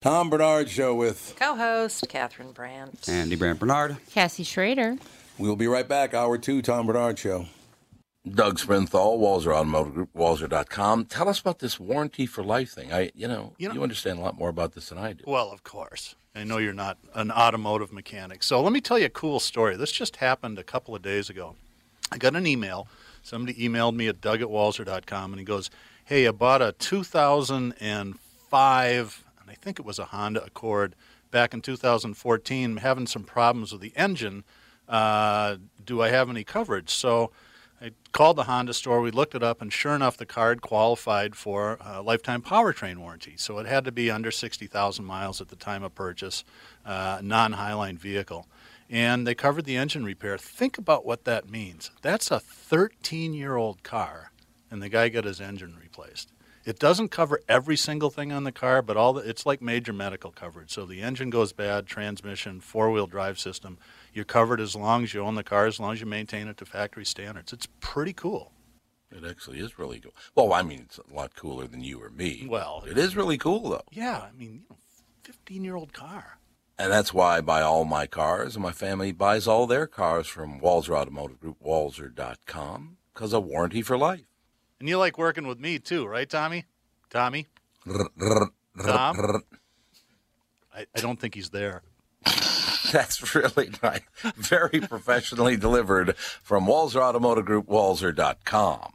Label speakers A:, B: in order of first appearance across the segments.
A: Tom Bernard Show with.
B: Co-host Catherine Brandt.
C: Andy Brandt Bernard.
D: Cassie Schrader.
A: We'll be right back. Hour two, Tom Bernard Show.
E: Doug Sprinthal, Walzer Automotive Group, Walzer.com. Tell us about this warranty for life thing. I, you know, you,
F: You know-
E: understand a lot more about this than I do.
F: Well, of course. I know you're not an automotive mechanic. So let me tell you a cool story. This just happened a couple of days ago. I got an email. Somebody emailed me at doug at walzer.com and he goes, Hey, I bought a 2005, and I think it was a Honda Accord back in 2014, having some problems with the engine. Uh, do I have any coverage? So I called the Honda store. We looked it up, and sure enough, the card qualified for a lifetime powertrain warranty. So it had to be under 60,000 miles at the time of purchase, uh, non Highline vehicle. And they covered the engine repair. Think about what that means. That's a 13 year old car, and the guy got his engine replaced. It doesn't cover every single thing on the car, but all the, it's like major medical coverage. So the engine goes bad, transmission, four-wheel drive system. You're covered as long as you own the car, as long as you maintain it to factory standards. It's pretty cool.
E: It actually is really cool. Well, I mean, it's a lot cooler than you or me.
F: Well,
E: it is really cool, though.
F: Yeah, I mean, you know, 15-year-old car.
E: And that's why I buy all my cars, and my family buys all their cars from Walzer Automotive Group, Walzer.com, because a warranty for life.
F: And you like working with me too, right, Tommy? Tommy? Tom?
E: Tom?
F: I, I don't think he's there.
E: That's really nice. Very professionally delivered from Walzer Automotive Group, Walzer.com.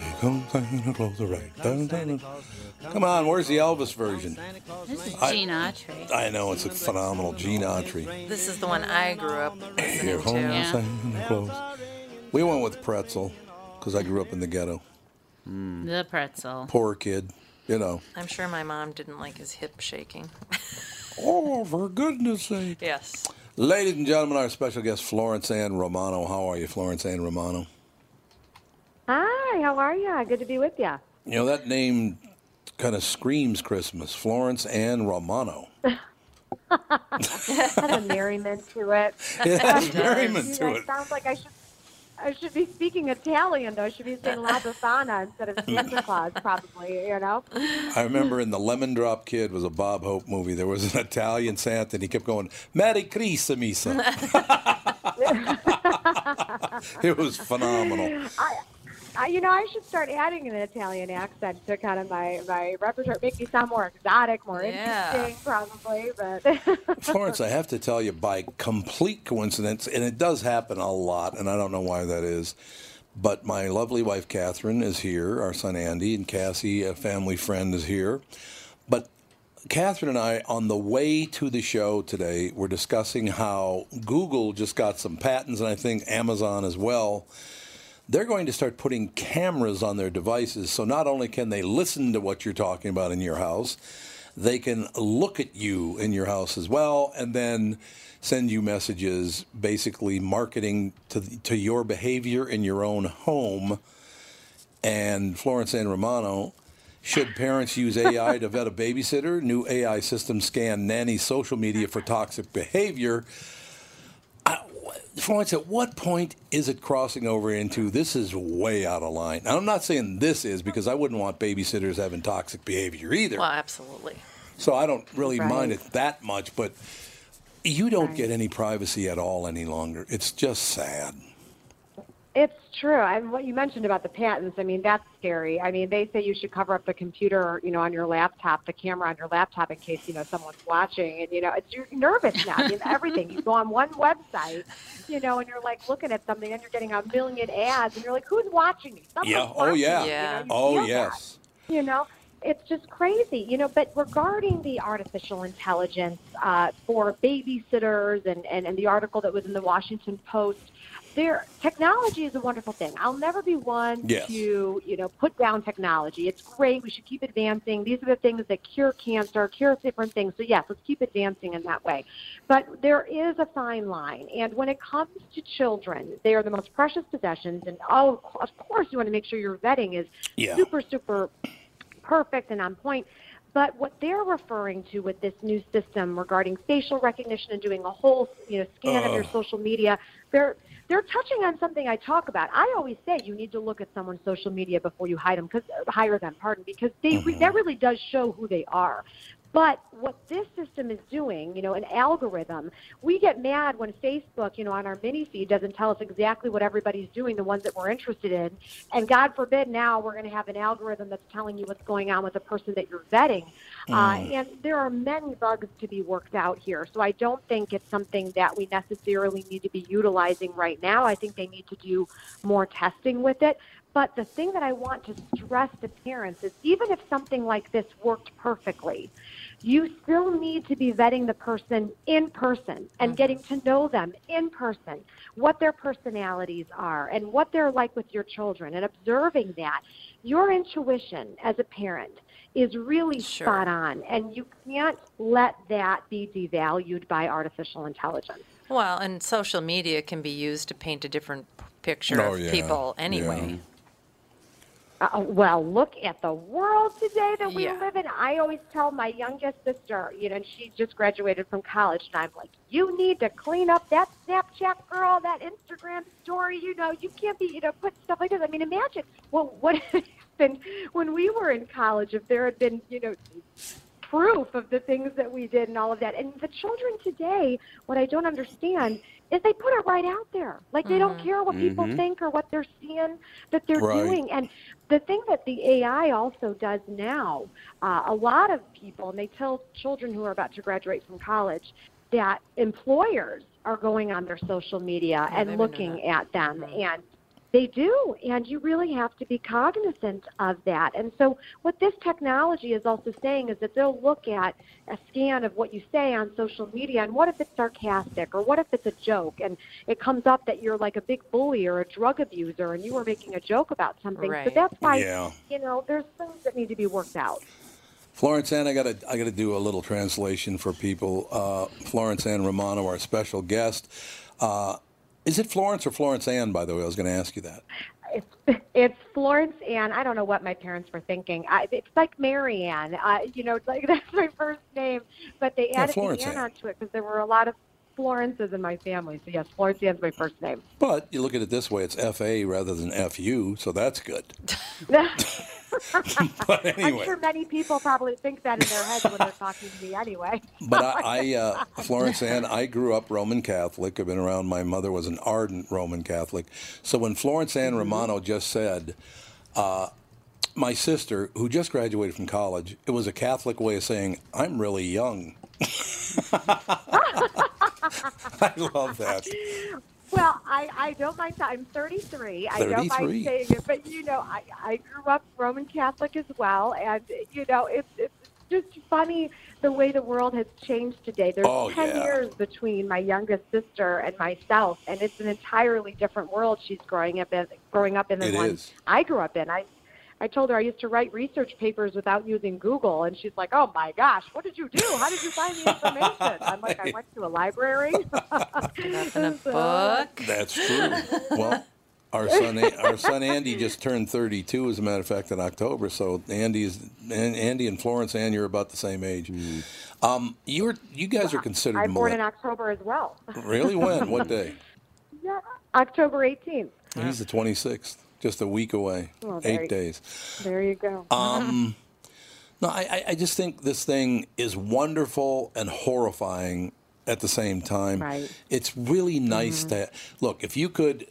A: here comes Santa Claus, all right. Down, down, down. Come on, where's the Elvis version?
D: This is
A: I-
D: Gene Autry.
A: I know, it's a phenomenal Gene Autry.
B: This is the one I grew up
A: Here
B: listening
A: comes
B: to.
D: Yeah.
A: Santa Claus. We went with Pretzel because I grew up in the ghetto.
D: Mm. The pretzel.
A: Poor kid, you know.
B: I'm sure my mom didn't like his hip shaking.
A: Oh, for goodness sake.
B: Yes.
A: Ladies and gentlemen, our special guest, Florence Ann Romano. How are you, Florence Ann Romano?
G: Hi, how are ya? Good to be with ya.
A: You know, that name kind of screams Christmas. Florence Ann Romano.
G: Had a merriment to it.
A: It has merriment
G: You
A: to
G: know,
A: it.
G: sounds like I should I should be speaking Italian, though. I should be saying La Befana instead of Santa Claus, probably, you know?
A: I remember in the Lemon Drop Kid was a Bob Hope movie. There was an Italian Santa, and he kept going, "Merry Christmas." it was phenomenal.
G: I, I, you know, I should start adding an Italian accent to kind of my, my repertoire. Make me sound more exotic, more
B: Yeah.
G: interesting, probably. But
A: Florence, I have to tell you, by complete coincidence, and it does happen a lot, and I don't know why that is, but my lovely wife Catherine is here, our son Andy, and Cassie, a family friend, is here. But Catherine and I, on the way to the show today, were discussing how Google just got some patents, and I think Amazon as well. They're going to start putting cameras on their devices, so not only can they listen to what you're talking about in your house, they can look at you in your house as well, and then send you messages, basically marketing to to your behavior in your own home. And Florence and Romano, should parents use AI to vet a babysitter? New AI system scan nanny social media for toxic behavior. Florence, at what point is it crossing over into this is way out of line? And I'm not saying this is because I wouldn't want babysitters having toxic behavior either.
B: Well, absolutely.
A: So I don't really
B: Right.
A: mind it that much, but you don't get any privacy at all any longer. It's just sad.
G: It's true. And what you mentioned about the patents, I mean, that's scary. I mean, they say you should cover up the computer, you know, on your laptop, the camera on your laptop in case, you know, someone's watching. And, you know, it's, you're nervous now. I mean, everything. You go on one website, you know, and you're like looking at something and you're getting a million ads and you're like, who's watching me? Someone's
A: yeah. Oh
G: watching
A: yeah.
G: me, You know, you
A: Oh
G: feel that
A: yes.
G: you know it's just crazy you know but regarding the artificial intelligence uh, for babysitters and, and, and the article that was in the washington post there technology is a wonderful thing i'll never be one
C: Yes.
G: to you know put down technology it's great we should keep advancing these are the things that cure cancer cure different things so yes let's keep advancing in that way but there is a fine line and when it comes to children they are the most precious possessions and oh of course you want to make sure your vetting is
C: Yeah.
G: super super perfect and on point. But what they're referring to with this new system regarding facial recognition and doing a whole you know scan of your
C: Ugh.
G: social media, they're they're touching on something I talk about. I always say you need to look at someone's social media before you hide them, cause, uh, hire them, pardon, because they re- that really does show who they are. But what this system is doing, you know, an algorithm, we get mad when Facebook, you know, on our mini feed doesn't tell us exactly what everybody's doing, the ones that we're interested in. And God forbid now we're going to have an algorithm that's telling you what's going on with the person that you're vetting.
C: Mm.
G: Uh, and there are many bugs to be worked out here. So I don't think it's something that we necessarily need to be utilizing right now. I think they need to do more testing with it. But the thing that I want to stress to parents is even if something like this worked perfectly, you still need to be vetting the person in person and getting to know them in person, what their personalities are and what they're like with your children and observing that. Your intuition as a parent is really spot on and you can't let that be devalued by artificial intelligence.
B: Well, and social media can be used to paint a different p- picture
G: Oh,
B: of
G: yeah.
B: people anyway.
G: Uh, well, look at the world today that we
B: Yeah.
G: live in. I always tell my youngest sister, you know, and she just graduated from college, and I'm like, you need to clean up that Snapchat girl, that Instagram story. You know, you can't be, you know, put stuff like this. I mean, imagine well, what happened when we were in college if there had been, you know, proof of the things that we did and all of that. And the children today, what I don't understand is they put it right out there. Like they don't care what people
C: Mhm.
G: think or what they're seeing that they're
C: Right.
G: doing. And the thing that the AI also does now, uh, a lot of people, and they tell children who are about to graduate from college, that employers are going on their social media
C: Yeah,
G: and
C: they've been doing
G: looking at them and they do, and you really have to be cognizant of that. And so, what this technology is also saying is that they'll look at a scan of what you say on social media, and what if it's sarcastic, or what if it's a joke, and it comes up that you're like a big bully or a drug abuser, and you were making a joke about something. So
A: Right.
G: that's why,
A: Yeah.
G: you know, there's things that need to be worked out.
A: Florence Ann, I gotta I gotta do a little translation for people. Uh, Florence Ann Romano, our special guest. Uh, is it Florence or Florence Ann? By the way, I was going to ask you that.
G: It's, it's Florence Ann. I don't know what my parents were thinking. I, it's like Mary Ann. Uh, you know, it's like that's my first name, but they
C: Yeah,
G: added
C: Florence
G: the Ann
C: Ann.
G: onto it because there were a lot of Florence is in my family. So, yes, Florence is my first name.
A: But you look at it this way: it's FA rather than FU, so that's good. But
G: I'm
A: anyway,
G: sure many people probably think that in their heads when they're talking to me anyway.
A: but I, I uh, Florence Ann, I grew up Roman Catholic. I've been around. My mother was an ardent Roman Catholic. So when Florence Ann Romano just said, uh, "My sister, who just graduated from college," it was a Catholic way of saying, "I'm really young." I love that.
G: Well, I, I don't mind. I'm 33. I don't mind
A: 33.
G: saying it, but you know, I, I grew up Roman Catholic as well, and you know, it's it's just funny the way the world has changed today. There's
C: Oh,
G: 10
C: yeah.
G: years between my youngest sister and myself, and it's an entirely different world she's growing up in. Growing up in than
C: It
G: one
C: is.
G: I grew up in. I I told her I used to write research papers without using Google, and she's like, "Oh my gosh, what did you do? How did you find the information?" I'm like, "I went to a library."
B: in a
G: So-
B: book.
A: That's true. well, our son, our son Andy just turned 32, as a matter of fact, in October. So Andy is, An- Andy and Florence Ann, you're about the same age. Um, you're, you guys are considered
G: I'm born in
A: millenn-
G: October as well.
A: really when? What day?
G: Yeah, October 18th.
A: He's the 26th, just a week away,
G: Oh, there you-
A: eight days.
G: There you go.
A: Um, no, I, I- I just think this thing is wonderful and horrifying at the same time.
H: Right.
A: It's really nice to look. If you could,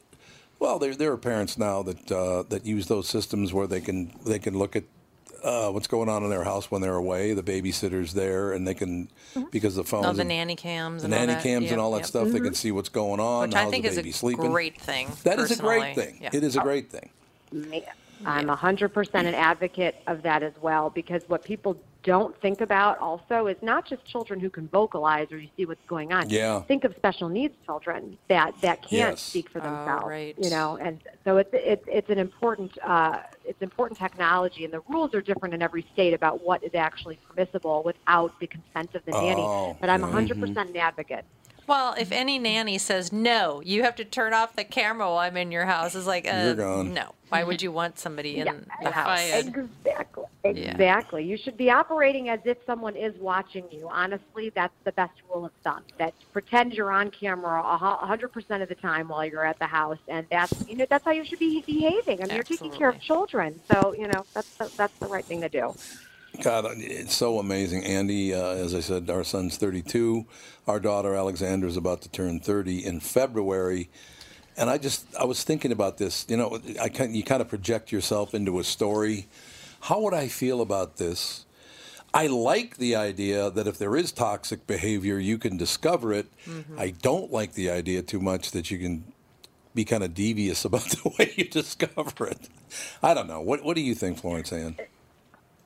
A: well, there there are parents now that uh, that use those systems where they can they can look at. Uh, what's going on in their house when they're away? The babysitter's there, and they can because the phones,
B: All the
A: and-
B: nanny cams
A: the
B: and
A: nanny
B: all that.
A: cams, and
B: Yep,
A: all that
B: yep.
A: stuff. They can see what's going on.
B: Which
A: how's
B: I think
A: the
B: is
A: baby
B: a
A: sleeping.
B: great thing.
A: That is a great
B: personally.
A: thing.
B: Yeah.
A: It is a great thing.
G: I'm 100% an advocate of that as well because what people don't think about also is not just children who can vocalize or you see what's going on.
C: Yeah.
G: Think of special needs children that that can't
C: Yes.
G: speak for
C: Oh,
G: themselves.
C: right.
G: You know, and so it's it's it's an important uh, it's important technology, and the rules are different in every state about what is actually permissible without the consent of the nanny.
B: Oh,
G: But I'm
B: yeah.
G: 100% an advocate.
B: Well, if any nanny says no, you have to turn off the camera while I'm in your house. It's like, uh,
G: You're gone.
B: no. Why would you want somebody in the
G: Yeah, uh,
B: house?
G: Exactly. Exactly. You should be operating as if someone is watching you. Honestly, that's the best rule of thumb. That pretend you're on camera a hu- 100% of the time while you're at the house, and that's you know that's how you should be behaving. I mean, you're taking care of children, so you know that's the, that's the right thing to do.
A: God, it's so amazing. Andy, uh, as I said, our son's 32. Our daughter Alexander is about to turn 30 in February. And I just, I was thinking about this. You know, I can, you kind of project yourself into a story. How would I feel about this? I like the idea that if there is toxic behavior, you can discover it. I don't like the idea too much that you can be kind of devious about the way you discover it. I don't know. What, what do you think, Florence Ann?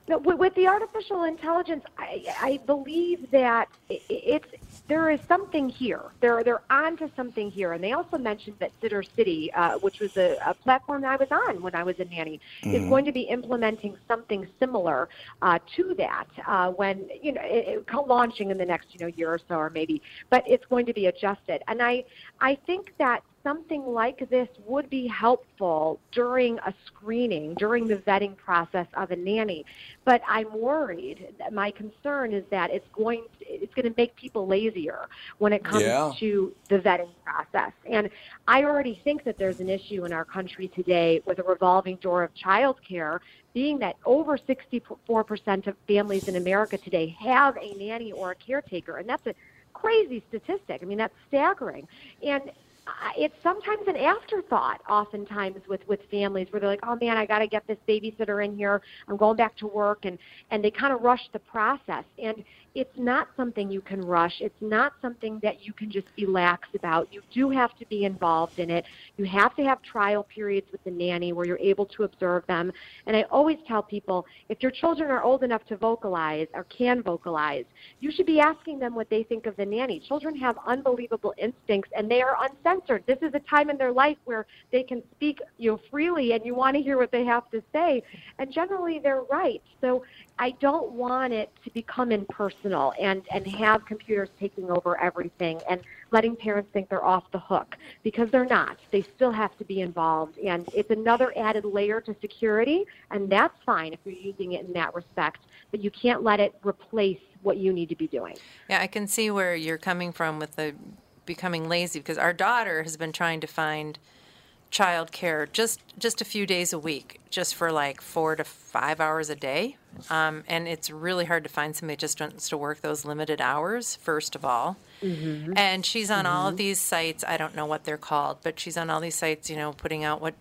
G: No, with, with the artificial intelligence, I, I believe that i- it's there is something here. They're they're onto something here, and they also mentioned that Sitter City, uh, which was a, a platform that I was on when I was a nanny, is
C: Mhm.
G: going to be implementing something similar uh, to that uh, when you know it, it, co- uh, launching in the next you know year or so, or maybe. But it's going to be adjusted, and I I think that something like this would be helpful during a screening, during the vetting process of a nanny. But I'm worried. My concern is that it's going it's going to make people lazier when it comes
C: Yeah.
G: to the vetting process. And I already think that there's an issue in our country today with a revolving door of child care, being that over 64% of families in America today have a nanny or a caretaker, and that's a crazy statistic. I mean, that's staggering. And I- it's sometimes an afterthought oftentimes with with families where they're like oh man i got to get this babysitter in here i'm going back to work and and they kind of rush the process and it's not something you can rush it's not something that you can just be lax about you do have to be involved in it you have to have trial periods with the nanny where you're able to observe them and i always tell people if your children are old enough to vocalize or can vocalize you should be asking them what they think of the nanny. Children have unbelievable instincts and they are uncensored. This is a time in their life where they can speak you know, freely and you want to hear what they have to say. And generally they're right. So I don't want it to become impersonal and, and have computers taking over everything and letting parents think they're off the hook because they're not. They still have to be involved. And it's another added layer to security, and that's fine if you're using it in that respect, but you can't let it replace what you need to be doing.
B: Yeah, I can see where you're coming from with the becoming lazy because our daughter has been trying to find childcare just just a few days a week, just for like four to five hours a day, um, and it's really hard to find somebody that just wants to work those limited hours. First of all,
C: Mm-hmm.
B: and she's on all of these sites. I don't know what they're called, but she's on all these sites, you know, putting out what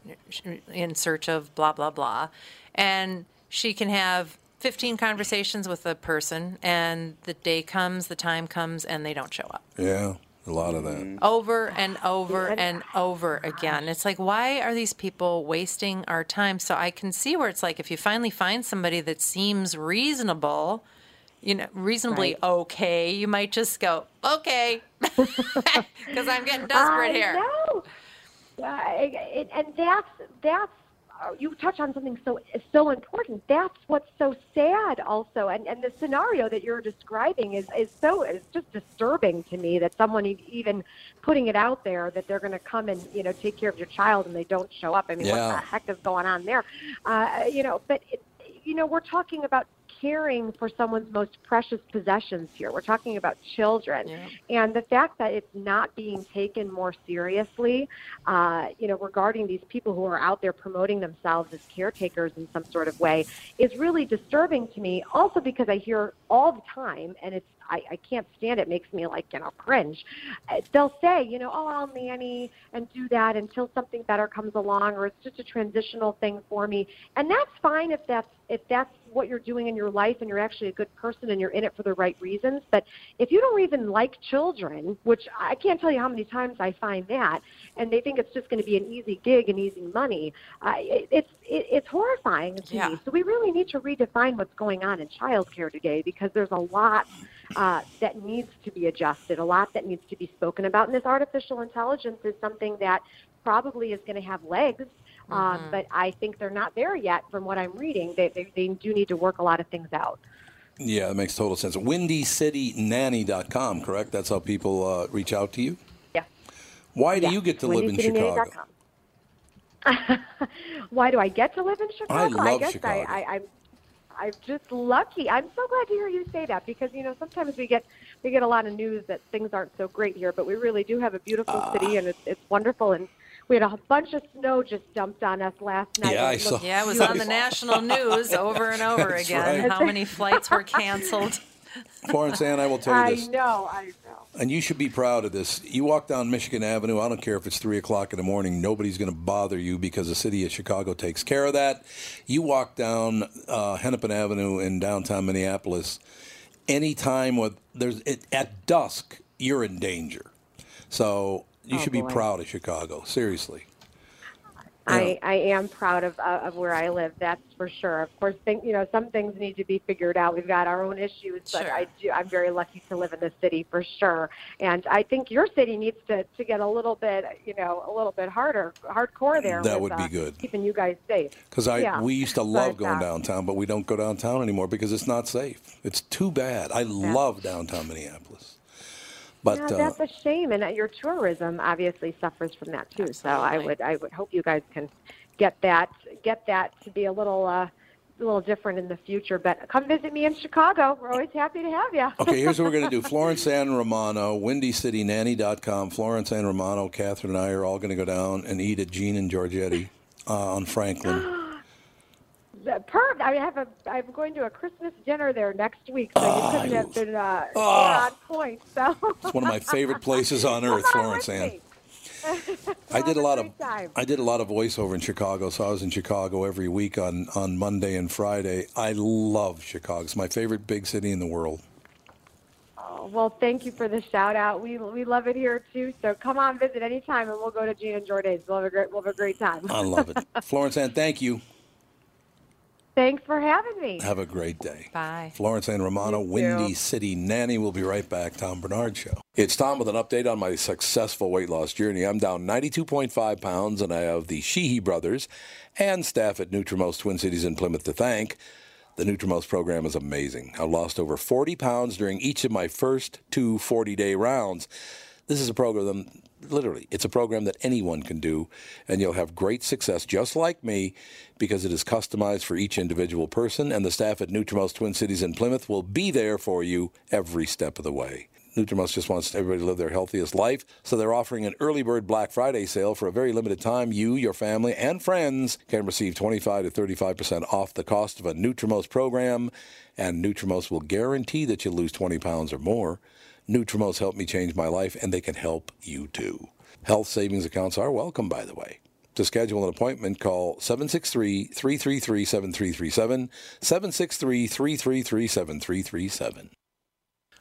B: in search of blah, blah, blah. And she can have 15 conversations with a person, and the day comes, the time comes, and they don't show up
A: Yeah, a lot of that.
B: Mm-hmm. over and over and over again. It's like, why are these people wasting our time? So I can see where it's like, if you finally find somebody that seems reasonable, you know, reasonably
C: Right.
B: okay, you might just go, okay, because I'm getting desperate
G: I
B: here.
G: know. Uh, and- and that's that's uh, you touch on something so so important. That's what's so sad, also, and and the scenario that you're describing is is so is just disturbing to me that someone e- even putting it out there that they're going to come and you know take care of your child and they don't show up. I mean, what
C: Yeah.
G: the heck is going on there? Uh, you know, but it, you know, we're talking about caring for someone's most precious possessions here. We're talking about children. And the fact that it's not being taken more seriously, uh, you know, regarding these people who are out there promoting themselves as caretakers in some sort of way is really disturbing to me. Also because I hear all the time, and it's I, I can't stand it. Makes me like you know cringe. Uh, They'll say, you know, oh, I'll nanny and do that until something better comes along, or it's just a transitional thing for me. And that's fine if that's if that's what you're doing in your life and you're actually a good person and you're in it for the right reasons. But if you don't even like children, which I can't tell you how many times I find that, and they think it's just going to be an easy gig and easy money, uh, it, it's it, it's horrifying to
B: Yeah.
G: me. So we really need to redefine what's going on in childcare today because there's a lot uh, that needs to be adjusted, a lot that needs to be spoken about, and this artificial intelligence is something that probably is going to have legs. Um,
B: Mhm.
G: but I think they're not there yet from what I'm reading. They, they, they do need to work a lot of things out.
A: Yeah, that makes total sense. WindyCityNanny.com, correct? That's how people uh, reach out to you?
G: Yeah.
A: Why do you get to live in Chicago?
G: WindyCityNanny.com. Why do I get to live in Chicago?
A: love
G: guess
A: Chicago.
G: I, I, I'm, I'm just lucky. I'm so glad to hear you say that because you know sometimes we get we get a lot of news that things aren't so great here, but we really do have a beautiful
A: Ah.
G: city and it's, it's wonderful. And we had a bunch of snow just dumped on us last night.
A: Yeah,
G: and
A: I
G: it
A: saw-
G: looked
B: Yeah, it was on the
G: beautiful.
B: national news over and over
A: That's
B: again.
A: right.
B: How many flights were canceled?
A: Florence Ann, I will tell you this.
G: know, I know.
A: And you should be proud of this. You walk down Michigan Avenue, I don't care if it's 3 o'clock in the morning, nobody's going to bother you because the city of Chicago takes care of that. You walk down uh, Hennepin Avenue in downtown Minneapolis, anytime with, there's, it, at dusk, you're in danger. So you
G: Oh,
A: should
G: boy.
A: be proud of Chicago, seriously.
G: I, I am proud of, uh, of where I live. That's for sure. Of course, think, you know some things need to be figured out. We've got our own issues, but I do. I'm very lucky to live in this city for sure. And I think your city needs to, to get a little bit, you know, a little bit harder, hardcore there.
A: That
G: with,
A: would be
G: uh,
A: good.
G: Keeping you guys safe.
A: Because I
G: Yeah.
A: we used to
G: But,
A: love going
G: uh,
A: downtown, but we don't go downtown anymore because it's not safe. It's too bad. I love downtown Minneapolis, but
G: yeah,
A: uh,
G: that's a shame, and uh, your tourism obviously suffers from that too. So I would I would hope you guys can get that get that to be a little uh, a little different in the future. But come visit me in Chicago. We're always happy to have you.
A: okay. Here's what we're gonna do: Florence Ann Romano, WindyCityNanny.com. Florence Ann Romano, Catherine, and I are all gonna go down and eat at Gene and Giorgetti uh, on Franklin.
G: The Perm. I have a. I'm going to a Christmas dinner there next week, so you couldn't have been uh,
A: Ah.
G: more on point. So
A: It's one of my favorite places on earth, Florence Ann. I did a lot of
G: time.
A: I did a lot of voiceover in Chicago, so I was in Chicago every week on on Monday and Friday. I love Chicago. It's my favorite big city in the world.
G: Oh, well, thank you for the shout out. We we love it here too. So come on, visit anytime, and we'll go to Gina and Jordan's. We'll have a great we'll have a great time.
A: I love it. Florence Ann, thank you.
G: Thanks for having me.
A: Have a great day.
B: Bye.
A: Florence Ann Romano, Windy City Nanny. We'll be right back. Tom Bernard Show. It's Tom with an update on my successful weight loss journey. I'm down 92.5 pounds, and I have the Sheehy brothers and staff at Nutrimos Twin Cities in Plymouth to thank. The Nutrimos program is amazing. I lost over 40 pounds during each of my first two 40 day rounds. This is a program, literally, it's a program that anyone can do, and you'll have great success just like me because it is customized for each individual person, and the staff at Nutrimos Twin Cities in Plymouth will be there for you every step of the way. Nutrimus just wants everybody to live their healthiest life, so they're offering an early bird Black Friday sale for a very limited time. You, your family, and friends can receive 25 to 35 percent off the cost of a Nutrimos program, and Nutrimos will guarantee that you lose 20 pounds or more. Nutrimos helped me change my life, and they can help you too. Health savings accounts are welcome, by the way. To schedule an appointment, call 763 333 7337. 763 333 7337.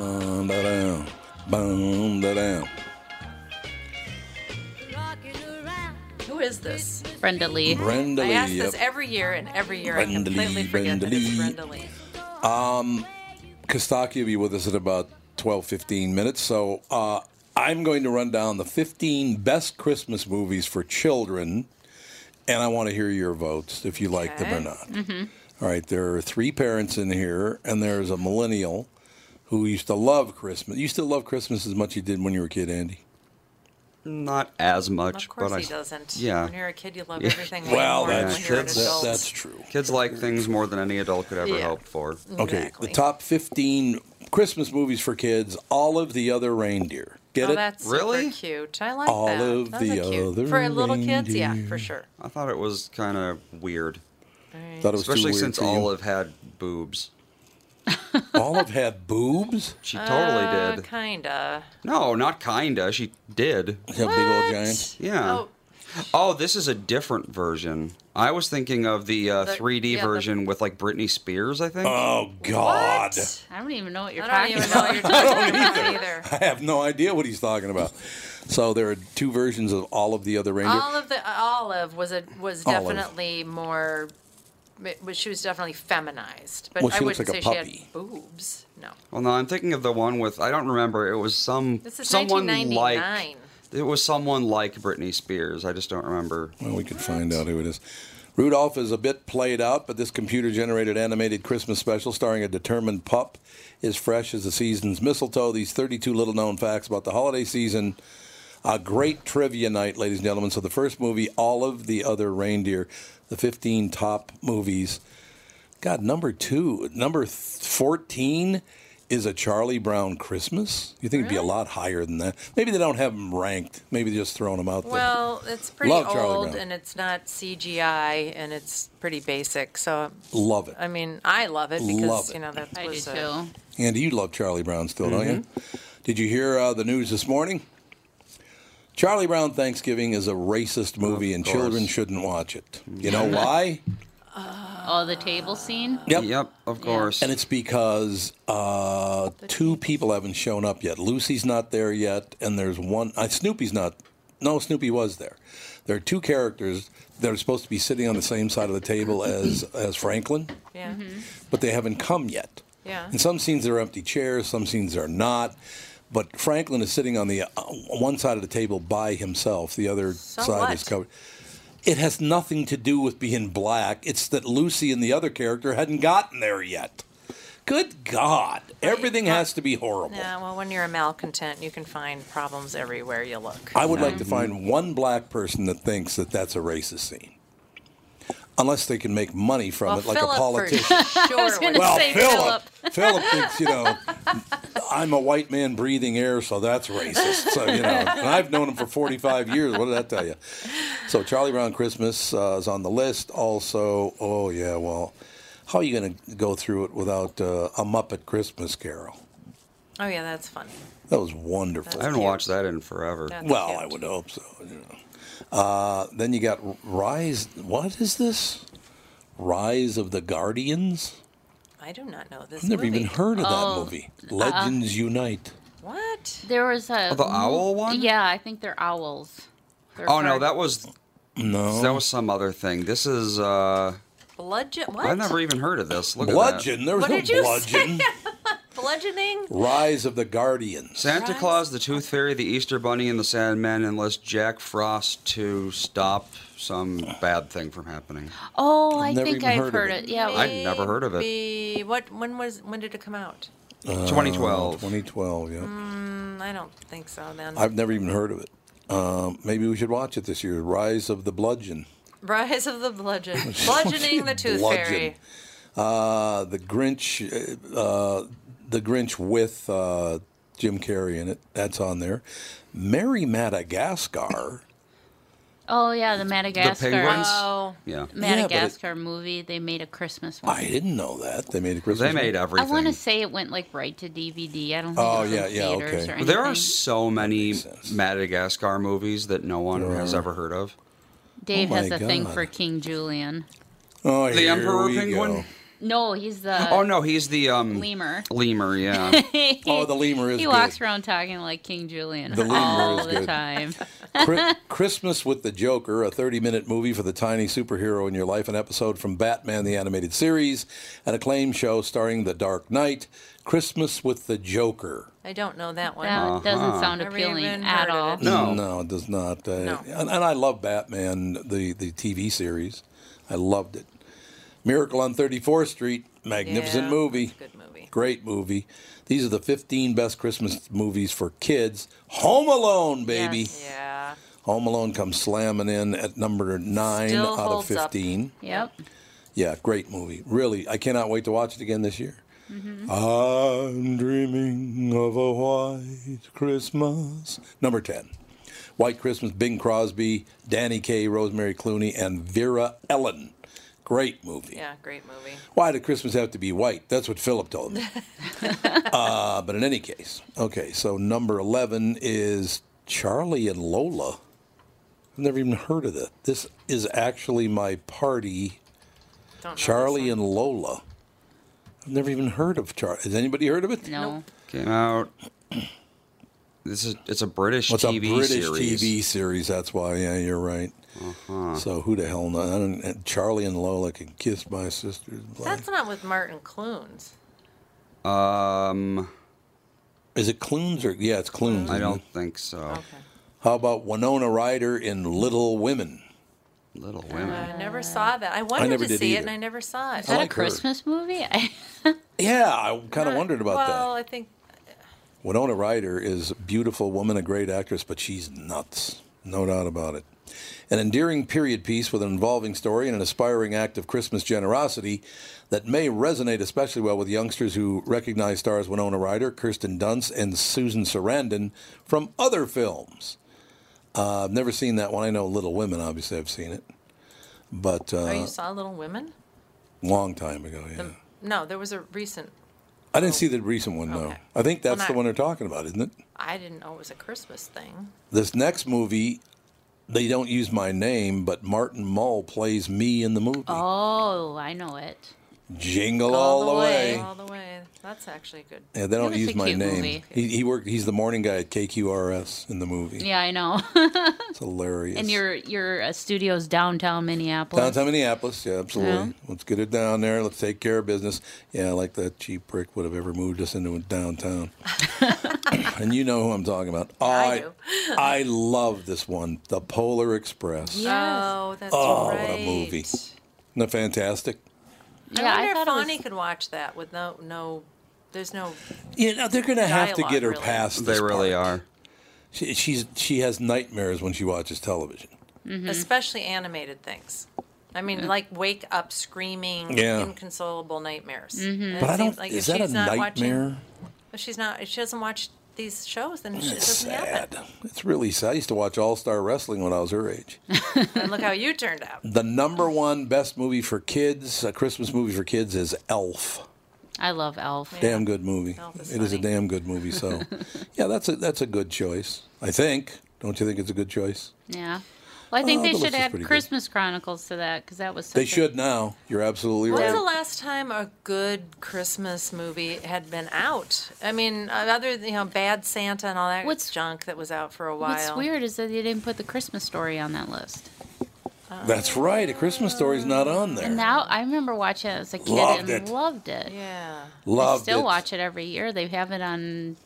A: Bum, da-dum, bum, da-dum.
B: Who is this?
D: Brenda Lee.
A: Brenda
B: I ask
A: Lee,
B: this
A: yep.
B: every year and every year I
A: Brenda Lee,
B: completely forget
A: Brenda
B: that it's
A: Lee.
B: Brenda Lee.
A: Um, Kostaki will be with us in about 12, 15 minutes. So uh, I'm going to run down the 15 best Christmas movies for children, and I want to hear your votes if you like them or not.
B: Mm.
H: Mm-hmm.
A: All right, there are three parents in here, and there's a millennial who used to love Christmas. You still love Christmas as much as you did when you were a kid, Andy?
I: Not as much,
B: Of course
I: but
B: he
I: I,
B: doesn't.
I: Yeah.
B: When you're a kid, you love
I: Yeah.
B: everything. way more than when you're an adult.
A: true.
I: Kids like things more than any adult could ever
B: Yeah.
I: hope for.
A: Okay, the top 15 Christmas movies for kids, Olive the Other Reindeer. Get
B: oh,
A: it?
B: that's super cute. I like that.
I: Olive
B: Those are
I: the
B: cute.
I: Other
B: for little kids, yeah,
I: Reindeer.
B: for sure.
I: I thought it was kind of weird.
B: Alright.
A: Thought it was too
I: Especially
A: weird
I: since
A: for you?
I: Olive had boobs.
A: Olive had boobs?
I: She totally
B: Uh,
I: did.
B: Kinda.
I: No, not kinda. She did.
A: Yeah, big old giant.
I: Yeah.
B: Oh.
I: Oh. this is a different version. I was thinking of the, uh,
D: The-
I: 3D
D: yeah, the-
I: version with like Britney Spears, I think.
A: Oh God. What?
D: I don't even know what you're
B: I
D: talking
B: don't even know
D: about.
B: what you're talking about either.
A: I have no idea what he's talking about. So there are two versions of Olive the Other Reindeer.
B: Olive the Olive was a was
A: Olive.
B: definitely more. it was- She was definitely feminized, but
I: Well, she
B: I
I: looks
B: wouldn't
I: like a
B: say she had boobs. No,
I: Well, no, I'm thinking of the one with I don't remember. It was some
B: this is
I: someone like
B: 1999.
I: it was someone like Britney Spears. I just don't remember.
A: Well, we could find out who it is. Rudolph is a bit played out, but this computer generated animated Christmas special starring a determined pup is fresh as the season's mistletoe. These 32 little known facts about the holiday season. A great trivia night, ladies and gentlemen. So, the first movie, Olive the Other Reindeer, the 15 top movies. God, number two, number th- 14 is a Charlie Brown Christmas. You think it'd be a lot higher than that? Maybe they don't have them ranked. Maybe they're just throwing them out there.
B: Well, it's pretty
A: Love Charlie
B: old,
A: Brown.
B: and it's not CGI, and it's pretty basic. So
A: Love it.
B: I mean, I love it because
A: Love it.
B: you know that
D: I
B: was
D: do
B: a-
D: too.
A: Andy, you love Charlie Brown still, don't you?
I: Mm-hmm.
A: Did you hear uh, the news this morning? Charlie Brown Thanksgiving is a racist movie and children shouldn't watch it. You know why?
D: Oh, the table scene.
A: Yep.
I: Yep, of course.
A: And it's because uh, two people haven't shown up yet. Lucy's not there yet, and there's one. Uh, Snoopy's not. No, Snoopy was there. There are two characters that are supposed to be sitting on the same side of the table as as Franklin,
B: yeah, Mm-hmm.
A: but they haven't come yet.
B: yeah.
A: In some scenes, there are empty chairs. Some scenes are not. But Franklin is sitting on the uh, one side of the table by himself. The other
H: So
A: side
H: what?
A: is covered. It has nothing to do with being black. It's that Lucy and the other character hadn't gotten there yet. Good God! Everything has to be horrible.
B: Yeah, well, when you're a malcontent, you can find problems everywhere you look.
A: I would
B: Mm.
A: like to find one black person that thinks that that's a racist scene, unless they can make money from
B: well,
A: it, like
B: Philip
A: a politician.
B: For sure would.
A: well, Philip, Philip thinks you know I'm a white man breathing air, so that's racist. So you know, and I've known him for 45 years. What did that tell you? So Charlie Brown Christmas uh, is on the list. Also, oh yeah, well, how are you going to go through it without uh, a Muppet Christmas Carol?
B: Oh yeah, that's fun.
A: That was wonderful.
B: I haven't cute. watched
A: that in forever.
B: That's
A: well,
B: cute.
A: I would hope so. You know. uh, then you got Rise. What is this? Rise of the Guardians.
B: I do not know this.
A: I've never
B: movie.
A: even heard of
D: Oh,
A: that movie. Legends Unite.
B: What?
D: There was a
A: Oh, the owl one?
D: Yeah, I think they're owls. They're
I: Oh no,
D: part-
I: that was
A: no.
I: That was some other thing. This is. uh
B: Bludgeon. What?
I: I've never even heard of this. Look
A: Bludgeon?
I: At that.
A: There was
B: what did you say? Bludgeoning.
A: Rise of the Guardians.
I: Santa
B: Rise?
I: Claus, the Tooth Fairy, the Easter Bunny, and the Sandman enlist Jack Frost to stop some bad thing from happening.
D: Oh, I
I: I've never
D: think
I: even
D: I've
I: heard
D: heard,
I: of
D: it.
I: it.
D: Yeah,
I: I've never heard of it.
B: Maybe- What? When was? When did it come out?
A: 2012. 2012. Uh, Yeah.
B: Mm, I don't think so. Then.
A: I've never even heard of it. Um, maybe we should watch it this year. Rise of the Bludgeon.
B: Rise of the Bludgeon. Bludgeoning the Tooth
A: Bludgeon.
B: Fairy.
A: Uh, the Grinch. uh, Uh, the Grinch with uh, Jim Carrey in it. That's on there. Mary Madagascar.
D: Oh yeah, the Madagascar.
A: penguins?
D: Oh,
A: Yeah.
D: Madagascar movie. They made a Christmas one.
A: I didn't know that. They made a Christmas.
I: They made
D: I
I: everything.
D: want to say it went like right to DVD. I don't think
I: Oh
D: it was
I: yeah,
D: in
I: yeah,
D: theaters or
I: okay.
D: anything.
I: There are so many Madagascar movies that no one
D: There
I: has
D: are.
I: ever heard of.
D: Dave
I: Oh
D: has
I: my
D: a thing
I: God.
D: for King Julian.
I: Oh, the
A: here
I: Emperor
A: we
I: Penguin.
A: go.
D: No, he's the
I: oh no, he's the um,
D: Uh, lemur.
I: Lemur, yeah.
A: Oh, the lemur is
D: He
A: good.
D: walks around talking like King Julian
A: The lemur
D: all
A: is
D: the
A: good.
D: time.
A: Chri- Christmas with the Joker, a 30 minute movie for the tiny superhero in your life, an episode from Batman the Animated Series, an acclaimed show starring The Dark Knight. Christmas with the Joker.
B: I don't know that one.
D: That doesn't
A: Uh-huh.
D: sound
B: Never
D: appealing
B: even
D: at all.
A: No, no, it does not. Uh, and, and I love Batman, the, the TV series. I loved it. Miracle on 34th Street, magnificent
B: Yeah,
A: movie.
B: that's a good movie.
A: Great movie. These are the 15 best Christmas movies for kids. Home Alone, baby.
B: Yeah.
A: Home Alone comes slamming in at number nine
B: Still
A: out of
B: holds up.
A: 15.
D: Yep.
A: Yeah, great movie. Really, I cannot wait to watch it again this year.
B: Mm-hmm.
D: Mhm.
A: I'm dreaming of a white Christmas. Number 10. White Christmas, Bing Crosby, Danny Kaye, Rosemary Clooney, and Vera Ellen. Great movie.
B: Yeah, great movie.
A: Why did Christmas have to be white? That's what Philip told me. uh, but in any case, okay, so number 11 is Charlie and Lola. I've never even heard of that. This is actually my party,
B: Don't know
A: Charlie and Lola. I've never even heard of Charlie. Has anybody heard of it?
D: No.
I: Came out. This is it's a British
A: What's
I: TV
A: a British
I: series. Uh-huh.
A: TV series? That's why. Yeah, you're right. So who the hell knows? I don't, and Charlie and Lola can kiss my sister's
B: That's not with Martin Clunes.
A: butt. Um, is it Clunes or yeah, it's Clunes.
I: I don't
A: think so. How about Winona Ryder in Little Women? Little
B: I
D: Uh.
B: never saw that. I wanted
A: never
B: to
A: did
B: see it
A: either.
B: and I never saw it.
A: Is that I a like her. Christmas
D: movie? I
A: Yeah, I kind of wondered about that.
B: well, I think
A: Winona Ryder is a beautiful woman, a great actress, but she's nuts. No doubt about it. An endearing period piece with an involving story and an aspiring act of Christmas generosity that may resonate especially well with youngsters who recognize stars Winona Ryder, Kirsten Dunst, and Susan Sarandon from other films. Uh, I've never seen that one. I know Little Women, obviously, I've seen it. But
B: oh, you
A: uh,
B: saw Little Women?
A: long time ago, yeah.
B: The- no, there was a recent.
A: I didn't see the recent one, no. I think
B: Well,
A: that's the
B: not-
A: one they're talking about, isn't it?
B: I didn't know it was a Christmas thing.
A: This next movie, they don't use my name, but Martin Mull plays me in the movie.
D: Oh, I know it.
A: Jingle all, the way.
B: All the way. That's actually good.
A: Yeah, they don't
D: was
A: use
D: a
A: my
D: cute
A: name.
D: movie.
A: He, he worked. He's the morning guy at KQRS in the movie.
D: Yeah, I know.
A: It's hilarious.
D: and your your uh, studio's downtown Minneapolis.
A: Downtown Minneapolis, yeah, absolutely.
D: Yeah.
A: Let's get it down there. Let's take care of business. Yeah, like that cheap prick would have ever moved us into downtown. and you know who I'm talking about. I I love this one, The Polar Express.
B: Oh, that's
A: oh,
B: right.
A: what a movie! Isn't that fantastic?
D: Yeah, I
B: I wonder if
D: thought it was-
B: Bonnie could watch that with no, no, there's no.
A: Yeah, no, they're going to have to
B: dialogue,
A: get her
B: really.
A: past. They really are. She, she's she has nightmares when she watches television.
B: Especially animated things. I mean, like wake up screaming,
A: Yeah.
B: inconsolable nightmares.
A: Mhm.
B: And it
A: But I don't-
B: seems
A: is
B: if
A: that a
B: she's not watching-
A: nightmare?
B: if she's not. If she doesn't watch these shows, then it
A: It's
B: doesn't happen.
A: It's really sad. I used to watch All Star Wrestling when I was her age.
B: and look how you turned out.
A: The number one best movie for kids, a Christmas movie for kids, is Elf.
D: I love Elf.
A: Damn good movie. It is a damn good movie. So, yeah, that's a that's a good choice. I think. Don't you think it's a good choice?
D: Yeah. Well, I think
A: Oh,
D: they
A: the
D: should
A: list is
D: add
A: pretty good.
D: Christmas Chronicles to that because that was
A: They
D: something.
A: should now. You're absolutely
B: When's
A: right.
B: the last time a good Christmas movie had been out? I mean, other than you know, Bad Santa and all that junk that was out for a while.
D: What's weird is that they didn't put the Christmas story on that list.
A: That's right. A Christmas Story's not on there.
D: And now I remember watching it as a kid
A: Loved it.
D: and loved it. Yeah.
A: Loved
D: I still
A: it.
D: watch it every year. They have it on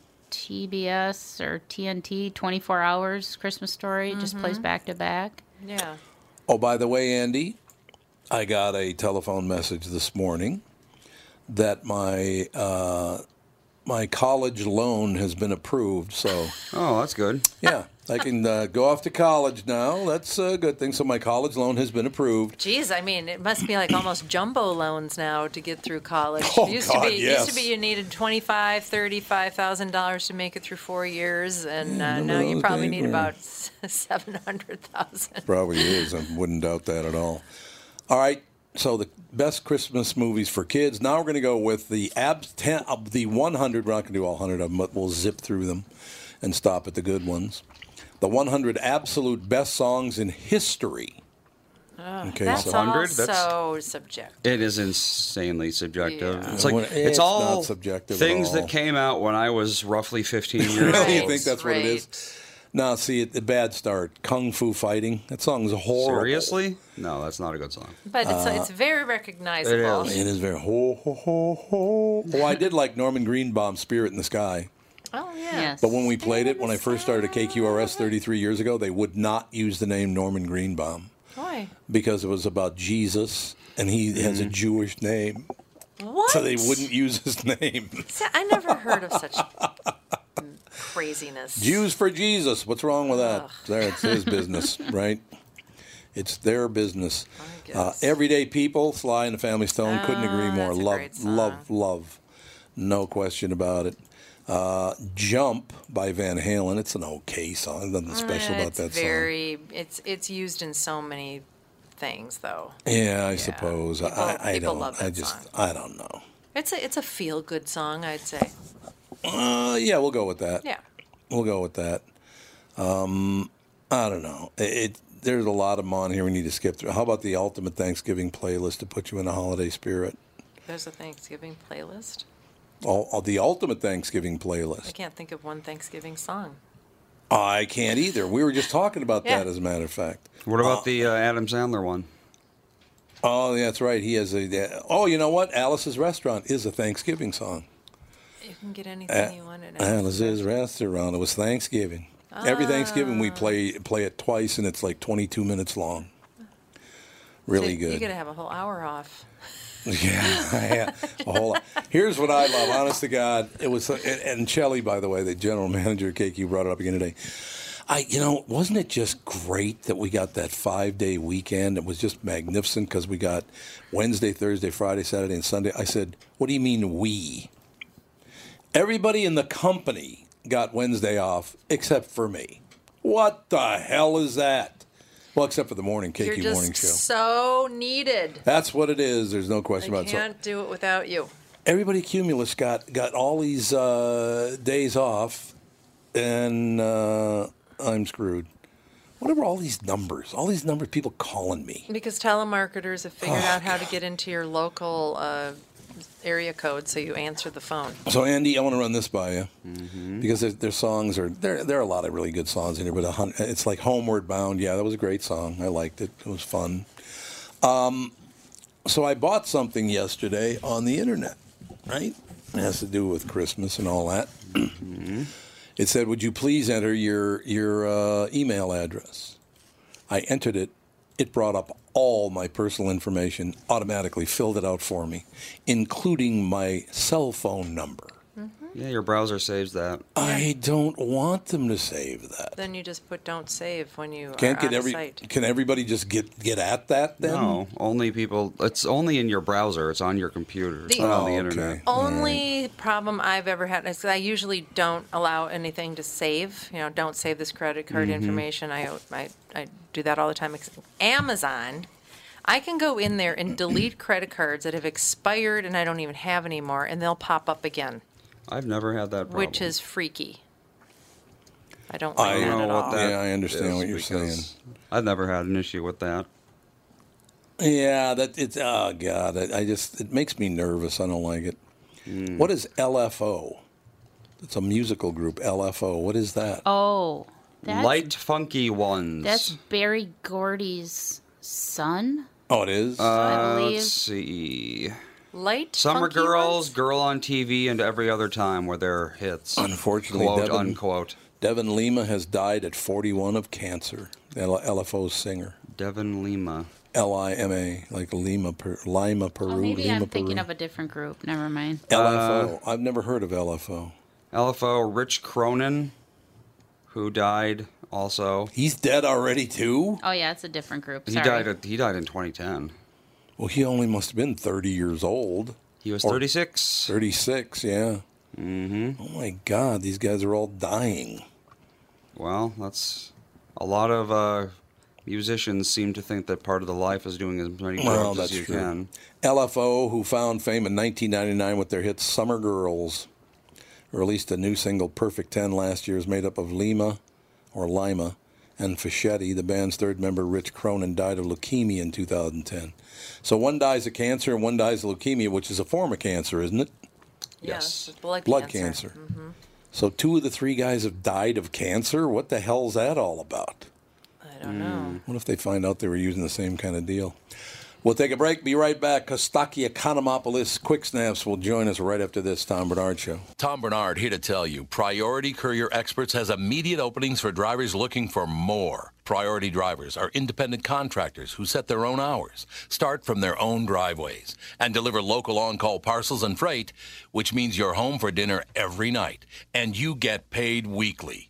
D: TBS or TNT 24 hours Christmas story just plays back to back.
B: Mm-hmm. Yeah.
A: Oh, by the way, Andy, I got a telephone message this morning that my uh, my college loan has been approved. So,
I: oh, that's good.
A: Yeah, I can uh, go off to college now. That's a good thing. So, my college loan has been approved.
B: Geez, I mean, it must be like almost jumbo loans now to get through college.
A: Oh,
B: It used
A: God,
B: to be it used
A: yes.
B: to be you needed twenty five, thirty five thousand dollars to make it through four years, and
A: Yeah,
B: uh,
A: remember
B: now you
A: those
B: probably
A: days
B: need
A: where-
B: about seven hundred thousand.
A: Probably is. I wouldn't doubt that at all. All right. So the best Christmas movies for kids. Now we're going to go with the ab ten of the 100. We're not going to do all 100 of them, but we'll zip through them and stop at the good ones. The 100 absolute best songs in history. Okay,
B: that's
A: so- 100,
B: all
A: that's-
B: so subjective.
I: It is insanely subjective.
B: Yeah.
I: It's like
A: When-
I: it's,
A: it's
I: all
A: not subjective at
I: Things
A: all.
I: that came out when I was roughly 15 years
A: Really?
I: old.
A: You think that's what it is? Now, see, it, a bad start. Kung Fu Fighting. That song's horrible.
I: Seriously? No, that's not a good song.
B: But it's, it's very recognizable.
A: It is. Uh, It is very ho ho ho ho. Oh, I did like Norman Greenbaum's "Spirit in the Sky,"
B: Oh yeah. Yes.
A: but when we played it, when I first started at KQRS 33 years ago, they would not use the name Norman Greenbaum
B: Why?
A: because it was about Jesus and he has a Jewish name,
B: What?
A: so they wouldn't use his name.
B: See, I never heard of such craziness.
A: Jews for Jesus. What's wrong with that? There, it's his business, right? It's their business. Uh, everyday people, Sly and the Family Stone, couldn't agree
B: Ah,
A: more. Love, love, love. No question about it. Uh, Jump by Van Halen. It's an okay song. Nothing special
B: Uh,
A: about
B: it's
A: that song.
B: very, It's it's used in so many things, though.
A: Yeah, I suppose. I, I
B: people
A: don't.
B: love
A: I
B: that
A: just. I don't know.
B: It's a it's a feel good song, I'd say.
A: Uh, yeah, we'll go with that.
B: Yeah.
A: We'll go with that. Um, I don't know. It, it there's a lot of them on here we need to skip through. How about the ultimate Thanksgiving playlist to put you in a holiday spirit?
B: There's a Thanksgiving playlist.
A: Oh, oh, the ultimate Thanksgiving playlist.
B: I can't think of one Thanksgiving song.
A: I can't either. We were just talking about
B: Yeah.
A: that, as a matter of fact.
I: What about the uh, Adam Sandler one?
A: Oh, yeah, that's right. He has a. yeah. Oh, you know what? Alice's Restaurant is a Thanksgiving song.
B: You can get anything
A: A-
B: you want in it.
A: Alice's Restaurant. It was Thanksgiving. Every Thanksgiving
B: Ah.
A: we play play it twice, and it's like 22 minutes long. Really
B: You
A: good.
B: gotta have a whole hour off.
A: Yeah, a whole lot. Here's what I love, honest to God. It was and, and Shelley, by the way, the general manager of KQ brought it up again today. I, you know, wasn't it just great that we got that five day weekend? It was just magnificent because we got Wednesday, Thursday, Friday, Saturday, and Sunday. I said, "What do you mean we?" Everybody in the company got Wednesday off except for me. What the hell is that? Well, except for the morning KQ
B: You're just
A: morning show.
B: so needed.
A: That's what it is. There's no question
B: I
A: about it. So-
B: can't do it without you.
A: everybody cumulus got got all these uh, days off, and uh, I'm screwed. What were all these numbers? All these numbers, people calling me.
B: Because telemarketers have figured
A: Oh,
B: out how to get into your local uh, area code, so you answer the phone.
A: So Andy, I want to run this by you because their, their songs are there. There are a lot of really good songs in here, but a hun- it's like Homeward Bound. Yeah, that was a great song. I liked it. It was fun. Um, so I bought something yesterday on the internet, right? It has to do with Christmas and all that. It said, "Would you please enter your your uh, email address?" I entered it. It brought up all my personal information automatically, filled it out for me, including my cell phone number.
H: Mm-hmm.
I: Yeah, your browser saves that.
A: I don't want them to save that.
B: Then you just put don't save when you
A: Can't
B: are
A: get
B: on
A: every.
B: site.
A: Can everybody just get get at that then?
I: No, only people. It's only in your browser. It's on your computer. It's
B: The-
I: not on the
B: Oh,
I: internet.
B: Only problem I've ever had is I usually don't allow anything to save. You know, don't save this credit card
H: Mhm.
B: information. I, I I do that all the time. Ex- Amazon, I can go in there and delete credit cards that have expired and I don't even have anymore, and they'll pop up again,
I: I've never had that problem.
B: which is freaky. I don't like that at all.
A: Yeah, I understand what you're
I: saying. I've never had an issue with that.
A: Yeah, that it's oh god, I, I just it makes me nervous. I don't like it.
I: Hmm.
A: What is LFO? It's a musical group. LFO. What is that?
D: Oh, that's
I: Light funky ones.
D: that's Barry Gordy's son.
A: oh, it is.
I: Uh,
D: believe-
I: let's see.
B: Light
I: Summer
D: funky
I: girls, girl on TV, and every other time were their hits.
A: Unfortunately,
I: quote
A: Devin,
I: unquote.
A: Devin Lima has died at 41 of cancer. L- LFO's singer.
I: Devin Lima.
A: L I M A, like Lima, per, Lima, Peru.
D: Oh, maybe
A: Lima,
D: I'm thinking
A: Peru.
D: of a different group. Never mind.
A: LFO. Uh, I've never heard of LFO.
I: LFO, Rich Cronin, who died also.
A: He's dead already too.
D: Oh yeah, it's a different group.
I: He
D: Sorry.
I: died. At, he died in 2010.
A: Well, he only must have been 30 years old.
I: He was 36.
A: 36, yeah. Mm-hmm. Oh my God, these guys are all dying.
I: Well, that's a lot of uh, musicians seem to think that part of the life is doing as many drugs
A: Well,
I: as
A: that's
I: you
A: true.
I: can.
A: LFO, who found fame in 1999 with their hit Summer Girls, released a new single, Perfect 10, last year, is made up of Lima, or Lima, and Fischetti. The band's third member, Rich Cronin, died of leukemia in 2010. So one dies of cancer and one dies of leukemia, which is a form of cancer, isn't it?
B: Yes, blood,
A: Blood
B: cancer. Mm-hmm.
A: cancer. So two of the three guys have died of cancer? What the hell's that all about?
B: I don't
I: Hmm.
B: know.
A: What if they find out they were using the same kind of deal? We'll take a break. Be right back. Kostaki Economopoulos Quick Snaps will join us right after this Tom Bernard Show.
E: Tom Bernard here to tell you Priority Courier Experts has immediate openings for drivers looking for more. Priority drivers are independent contractors who set their own hours, start from their own driveways, and deliver local on call parcels and freight, which means you're home for dinner every night and you get paid weekly.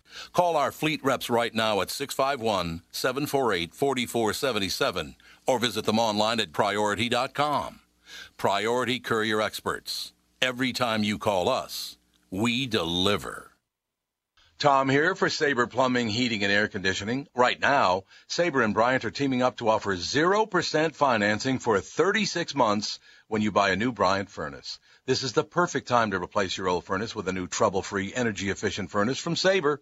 E: Call our fleet reps right now at 651 748 4477 or visit them online at priority.com. Priority Courier Experts. Every time you call us, we deliver. Tom here for Sabre Plumbing, Heating, and Air Conditioning. Right now, Sabre and Bryant are teaming up to offer 0% financing for 36 months when you buy a new Bryant furnace. This is the perfect time to replace your old furnace with a new trouble free, energy efficient furnace from Sabre.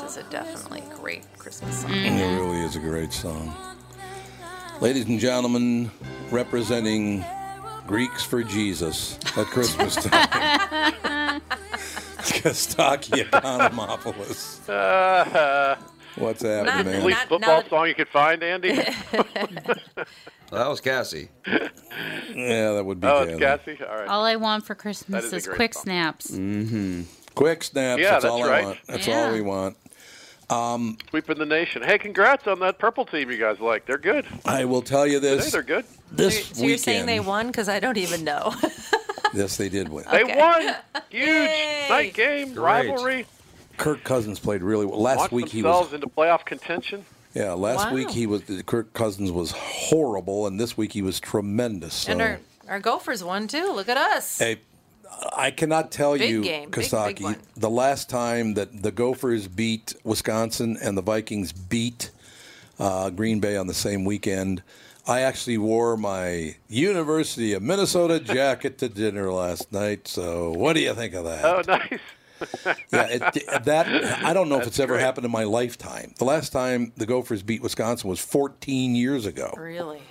B: This is a definitely great Christmas song.
A: It really is a great song. Ladies and gentlemen, representing Greeks for Jesus at Christmas time, Kostaki
B: Mm-hmm.
A: Oh, Economopoulos. What's happening, man?
J: Least football song you could find, Andy.
I: that was Cassie.
A: Yeah, that would be
J: oh,
A: Kaylee.
J: it's Cassie. All right.
D: All I want for Christmas is,
J: That is a great
D: quick
J: song.
D: snaps.
A: Mm-hmm. Quick snaps.
J: Yeah,
A: that's,
J: that's
A: all
J: right.
A: I want. That's
J: Yeah.
A: all we want. Um,
J: Sweeping the nation. Hey, congrats on that purple team you guys like. They're good.
A: I will tell you
J: Today
A: this.
J: they're good.
A: This
B: So you're saying
A: weekend-
B: they won? Because I don't even know.
A: Yes, they did win.
J: They won. Huge night game
A: Great.
J: rivalry.
A: Kirk Cousins played really well. Last
J: Locked
A: week he
J: themselves
A: was
J: into playoff contention.
A: yeah. Last
B: Wow.
A: week he was Kirk Cousins was horrible, and this week he was tremendous. So
B: And our, our Gophers won too. Look at us.
A: hey, I cannot tell
B: Big
A: you,
B: game. Big, big
A: Kasaki,
B: one.
A: the last time that the Gophers beat Wisconsin and the Vikings beat uh, Green Bay on the same weekend. I actually wore my University of Minnesota jacket to dinner last night. So, what do you think of that?
J: Oh, nice.
A: yeah, it, that I don't know if it's ever happened in my lifetime. The last time the Gophers beat Wisconsin was 14 years ago.
B: Really?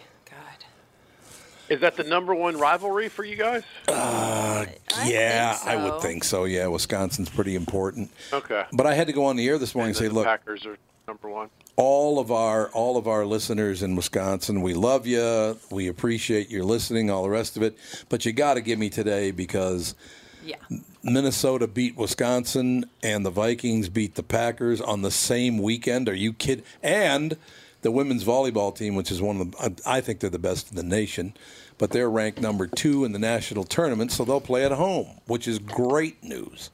J: Is that the number one rivalry for you guys?
A: Uh, yeah, I would think so. Yeah, Wisconsin's pretty important.
J: Okay.
A: But I had to go on the air this morning and say,
J: The
A: look,
J: Packers are number one.
A: all of our all of our listeners in Wisconsin, we love you. We appreciate your listening, all the rest of it. But you got to give me today because
B: Yeah.
A: Minnesota beat Wisconsin and the Vikings beat the Packers on the same weekend. Are you kidding? And the women's volleyball team, which is one of the, I I think they're the best in the nation, but they're ranked number two in the national tournament, so they'll play at home, which is great news.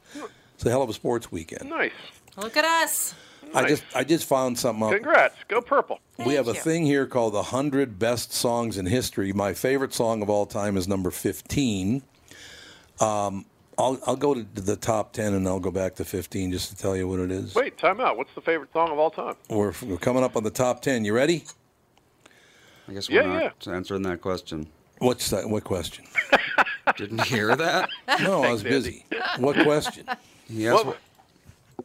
A: It's a hell of a sports weekend.
J: Nice.
B: Look at us.
A: I just I just found something out.
J: Congrats. Go purple.
A: We have a thing here called the 100 Best Songs in History. My favorite song of all time is number 15. Um, I'll, I'll go to the top 10 and I'll go back to 15 just to tell you what it is.
J: Wait, time out. What's the favorite song of all time?
A: We're, we're coming up on the top 10. You ready?
I: I guess
J: we're
I: we're
J: Yeah,
I: not
J: not
I: answering that question.
A: What's that? What question?
I: Didn't hear that.
A: No, I was
J: Thanks,
A: busy. What question?
I: Yes.
J: Well,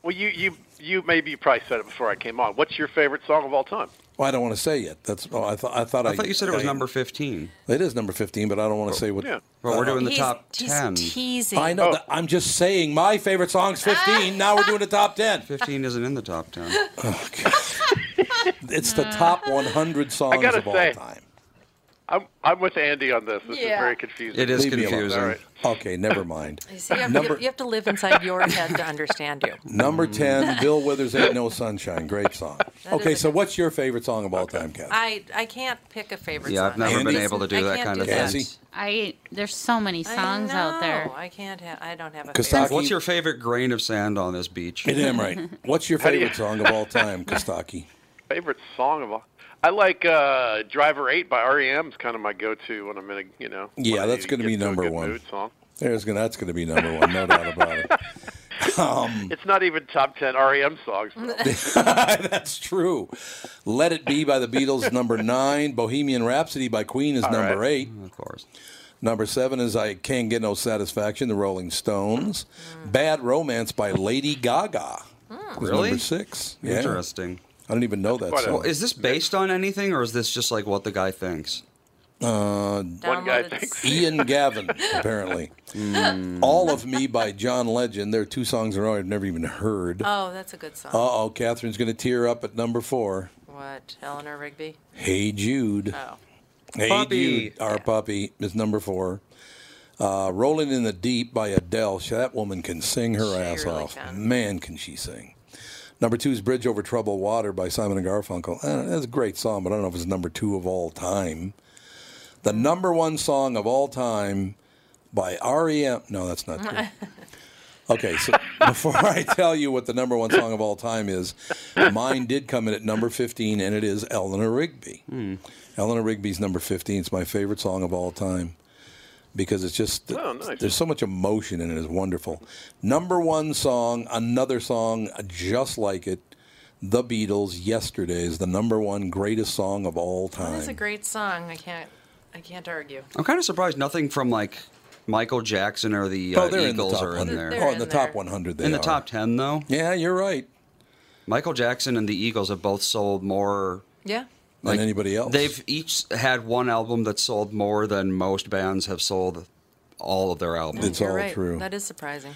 J: well, you you you maybe you probably said it before I came on. What's your favorite song of all time?
A: Well, I don't want to say yet. That's oh, I thought I thought I,
I: I thought you said it was
A: I-
I: number 15.
A: It is number 15, but I don't want to say what. Uh,
J: Yeah. Oh.
I: But we're doing the
B: He's-
I: top
B: he's
I: 10.
B: teasing. Ah.
A: I know. that- I'm just saying my favorite song's 15. Now we're doing the top 10.
I: 15 isn't in the top 10.
A: It's the top 100 songs
J: I gotta
A: of all
J: say,
A: time.
J: I'm I'm with Andy on this. This
B: Yeah.
J: is very confusing.
I: It is
A: Leave me alone.
I: confusing.
J: All right.
A: Okay, never mind.
B: You, see, you, have
A: Number-
B: to, you have to live inside your head to understand you.
A: Number 10, Bill Withers Ain't No Sunshine. Great song. Okay, so what's your favorite song of all time, Kathy?
B: I, I can't pick a favorite
I: Yeah,
B: song.
I: I've never been
A: Andy?
I: able to
B: I
I: do that
B: can't
I: kind
B: do
I: of
B: that.
I: thing.
A: Cassie?
D: I there's so many songs
B: I
D: out there.
B: know. I can't have. I don't have a
A: Kostaki,
B: favorite.
I: What's your favorite grain of sand on this beach?
A: You damn right. What's your
J: How do you-
A: favorite song of all time, Kostaki?
J: Favorite song of all. I like uh, "Driver 8" by REM. is kind of my go-to when I'm in a you know. when
A: Yeah,
J: I
A: that's
J: need
A: gonna
J: get
A: be
J: to a
A: number
J: good
A: one.
J: mood song.
A: There's gonna, that's going to be number one, no doubt about it. Um,
J: It's not even top ten REM songs. though.
A: that's true. Let It Be by the Beatles, number nine. Bohemian Rhapsody by Queen is number
J: right.
A: eight.
I: Of course.
A: Number seven is I Can't Get No Satisfaction, the Rolling Stones.
J: Mm.
A: Bad Romance by Lady Gaga.
J: Hmm.
A: is
I: Really?
A: Number six. Yeah.
I: Interesting.
A: I don't even know that
J: quite a-
A: song.
I: Well, is this based on anything, or is this just like what the guy thinks?
A: Uh,
J: One guy
B: Downloaded
J: thinks.
A: Ian Gavin, apparently.
I: Mm.
A: All of Me by John Legend. There are two songs in a row I've never even heard. Uh
B: Oh, that's a good song.
A: oh, Catherine's going to tear up at number four.
B: What? Eleanor Rigby?
A: Hey Jude.
B: Oh.
A: Hey
I: Puppy.
A: Jude, our puppy, is number four. Uh, Rolling in the Deep by Adele. She- That woman can sing her ass
B: really
A: off.
B: can.
A: Man, can she sing. Number two is Bridge Over Troubled Water by Simon and Garfunkel. Uh, that's a great song, but I don't know if it's number two of all time.
B: Mm.
A: The number one song of all time by REM. No, that's not true. Okay, so before I tell you what the number one song of all time is, mine did come in at number 15, and it is Eleanor Rigby.
I: Hmm.
A: Eleanor Rigby's number 15. It's my favorite song of all time because it's just,
J: Oh, nice.
A: there's so much emotion in it. It's wonderful. Number one song, another song just like it, The Beatles, Yesterday, is the number one greatest song of all time.
B: That's a great song. I can't. I can't argue.
I: I'm kind of surprised nothing from like Michael Jackson or the uh,
A: oh, they're in the
I: Eagles
A: top
I: are in
A: 100.
I: there.
B: They're
A: Oh, in the
B: in
A: top
B: there.
A: 100 they
I: in the
A: are.
I: top 10, though,
A: Yeah, you're right.
I: Michael Jackson and the Eagles have both sold more.
B: Yeah.
A: Than
I: Like,
A: anybody else.
I: They've each had one album that sold more than most bands have sold all of their albums.
A: Oh, It's
B: You're
A: all
B: right.
A: true.
B: That is surprising.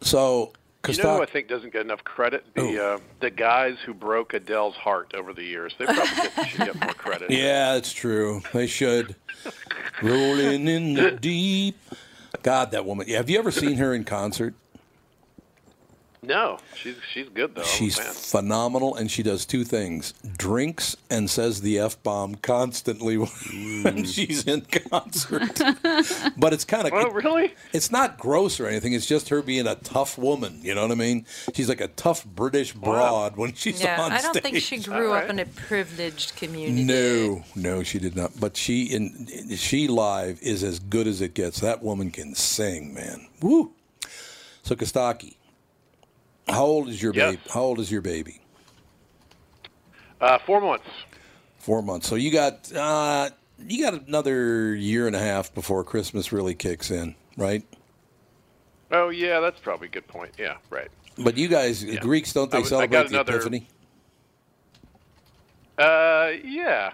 A: So,
J: You know who I
A: Kostak-
J: think doesn't get enough credit? The uh, the guys who broke Adele's heart over the years. They probably get, should get more credit.
A: Yeah, that's true. They should. Rolling in the deep. God, that woman. Have you ever seen her in concert?
J: No, she's she's good though. I'm a
A: She's
J: fan.
A: phenomenal, and she does two things: drinks and says the f bomb constantly when she's in concert. but it's kind of
J: Oh, really?
A: It's not gross or anything. It's just her being a tough woman. You know what I mean? She's like a tough British broad when she's
B: yeah,
A: on
B: I don't
A: stage.
B: think she grew up in a privileged community.
A: No, no, she did not. But she in she live is as good as it gets. That woman can sing, man. Woo. So Kostaki, how old is your
J: Yes.
A: baby? How old is your baby?
J: Uh, four months.
A: Four months. So you got uh, you got another year and a half before Christmas really kicks in, right?
J: Oh yeah, that's probably a good point. Yeah, right.
A: But you guys, Greeks, don't
J: I
A: they
J: was- I
A: celebrate
J: got
A: the
J: another-
A: Epiphany?
J: Uh, yeah.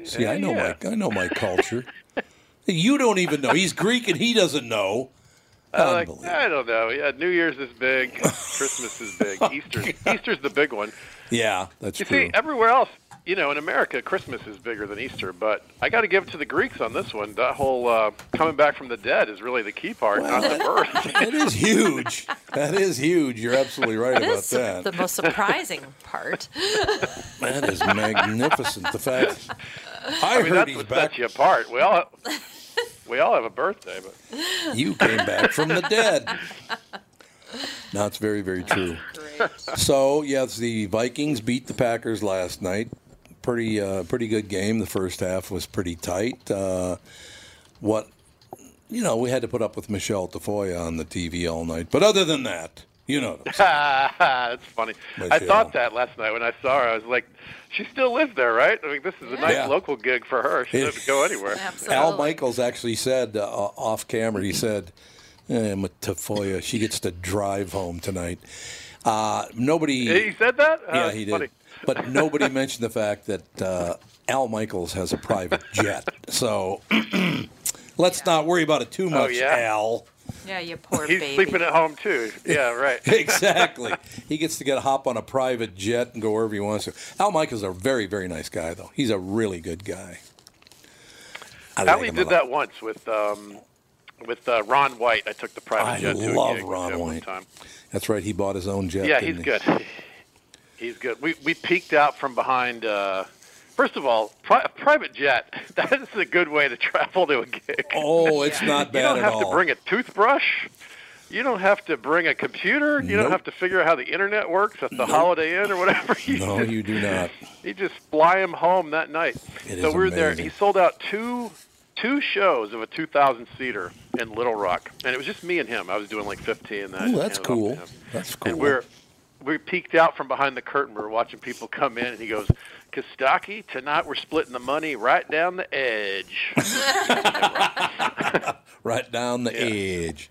J: Uh,
A: See, I know
J: yeah.
A: my I know my culture. you don't even know. He's Greek and he doesn't know.
J: I like, I don't know. Yeah, New Year's is big. Christmas is big. Easter's Easter's the big one.
A: Yeah, that's
J: You
A: true.
J: see, everywhere else, you know, in America, Christmas is bigger than Easter. But I got to give it to the Greeks on this one. That whole uh, coming back from the dead is really the key part, not the birth.
A: that is huge. That is huge. You're absolutely right
B: That
A: about
B: is
A: that.
B: the most surprising part.
A: That is magnificent. The fact I,
J: I mean,
A: heard
J: that's
A: he's
J: what
A: back.
J: sets you apart. We all we all have a birthday, but
A: You came back from the dead. No, it's very, very true. So yes, the Vikings beat the Packers last night. Pretty, uh, pretty good game. The first half was pretty tight. Uh, what, you know, we had to put up with Michelle Tafoya on the TV all night. But other than that, you know,
J: That's funny. I
A: Michelle.
J: thought that last night when I saw her. I was like, she still lives there, right? I mean, this is a nice
A: Yeah.
J: local gig for her. She
A: Yeah.
J: doesn't go anywhere.
A: Al Michaels actually said uh, off camera, he said, eh, Ma- Tafoya, she gets to drive home tonight. Uh, nobody.
J: He said that? Oh,
A: Yeah,
J: that's
A: he did.
J: funny.
A: But nobody mentioned the fact that uh, Al Michaels has a private jet. So let's not worry about it too much,
J: Oh, yeah?
A: Al.
B: Yeah, you poor
J: He's
B: baby.
J: sleeping at home too. Yeah, right.
A: exactly. He gets to get hop on a private jet and go wherever he wants to. Al Michaels is a very, very nice guy, though. He's a really good guy. I like
J: Allie
A: him a
J: did
A: lot.
J: that once with um, with uh, Ron White. I took the private
A: I
J: jet to a
A: love
J: gig with
A: Ron
J: him one
A: White.
J: time.
A: That's right. He bought his own jet.
J: yeah,
A: didn't he?
J: he's good. He's good. We we peeked out from behind. Uh, first of all, pri- a private jet. That is a good way to travel to a gig.
A: Oh, it's not
J: You don't
A: bad at
J: have
A: all.
J: to bring a toothbrush. You don't have to bring a computer. You
A: Nope.
J: don't have to figure out how the internet works at the Holiday Inn or whatever. You
A: No,
J: just-
A: you do not.
J: you just fly him home that night.
A: It
J: so
A: is
J: we were there.
A: amazing.
J: He sold out two two shows of a 2,000 seater in Little Rock, and it was just me and him. I was doing like 15. That
A: Oh, that's
J: and it was all-
A: cool. That's cool.
J: And we're we peeked out from behind the curtain. We were watching people come in, and he goes, "Kostaki, tonight we're splitting the money right down the edge."
A: right down the edge.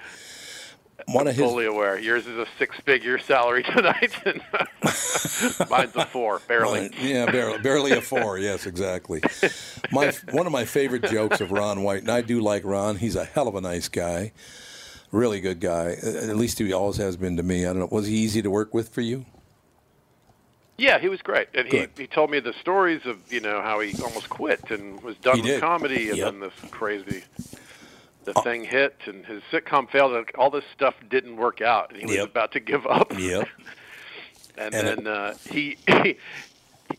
A: One of his
J: Fully aware. Yours is a six-figure salary tonight, and mine's a four, barely.
A: Right. Yeah, barely, barely a four. Yes, exactly. My one of my favorite jokes of Ron White, and I do like Ron. He's a hell of a nice guy, really good guy. Uh, At least he always has been to me. I don't know. Was he easy to work with for you?
J: Yeah, he was great, and
A: Good.
J: he he told me the stories of you know how he almost quit and was done
A: He
J: with
A: did.
J: comedy, and
A: Yep. Uh,
J: then this crazy the thing hit, and his sitcom failed, and all this stuff didn't work out, and he was
A: Yep.
J: about to give up.
A: Yep.
J: And,
A: And it-
J: then uh, he. he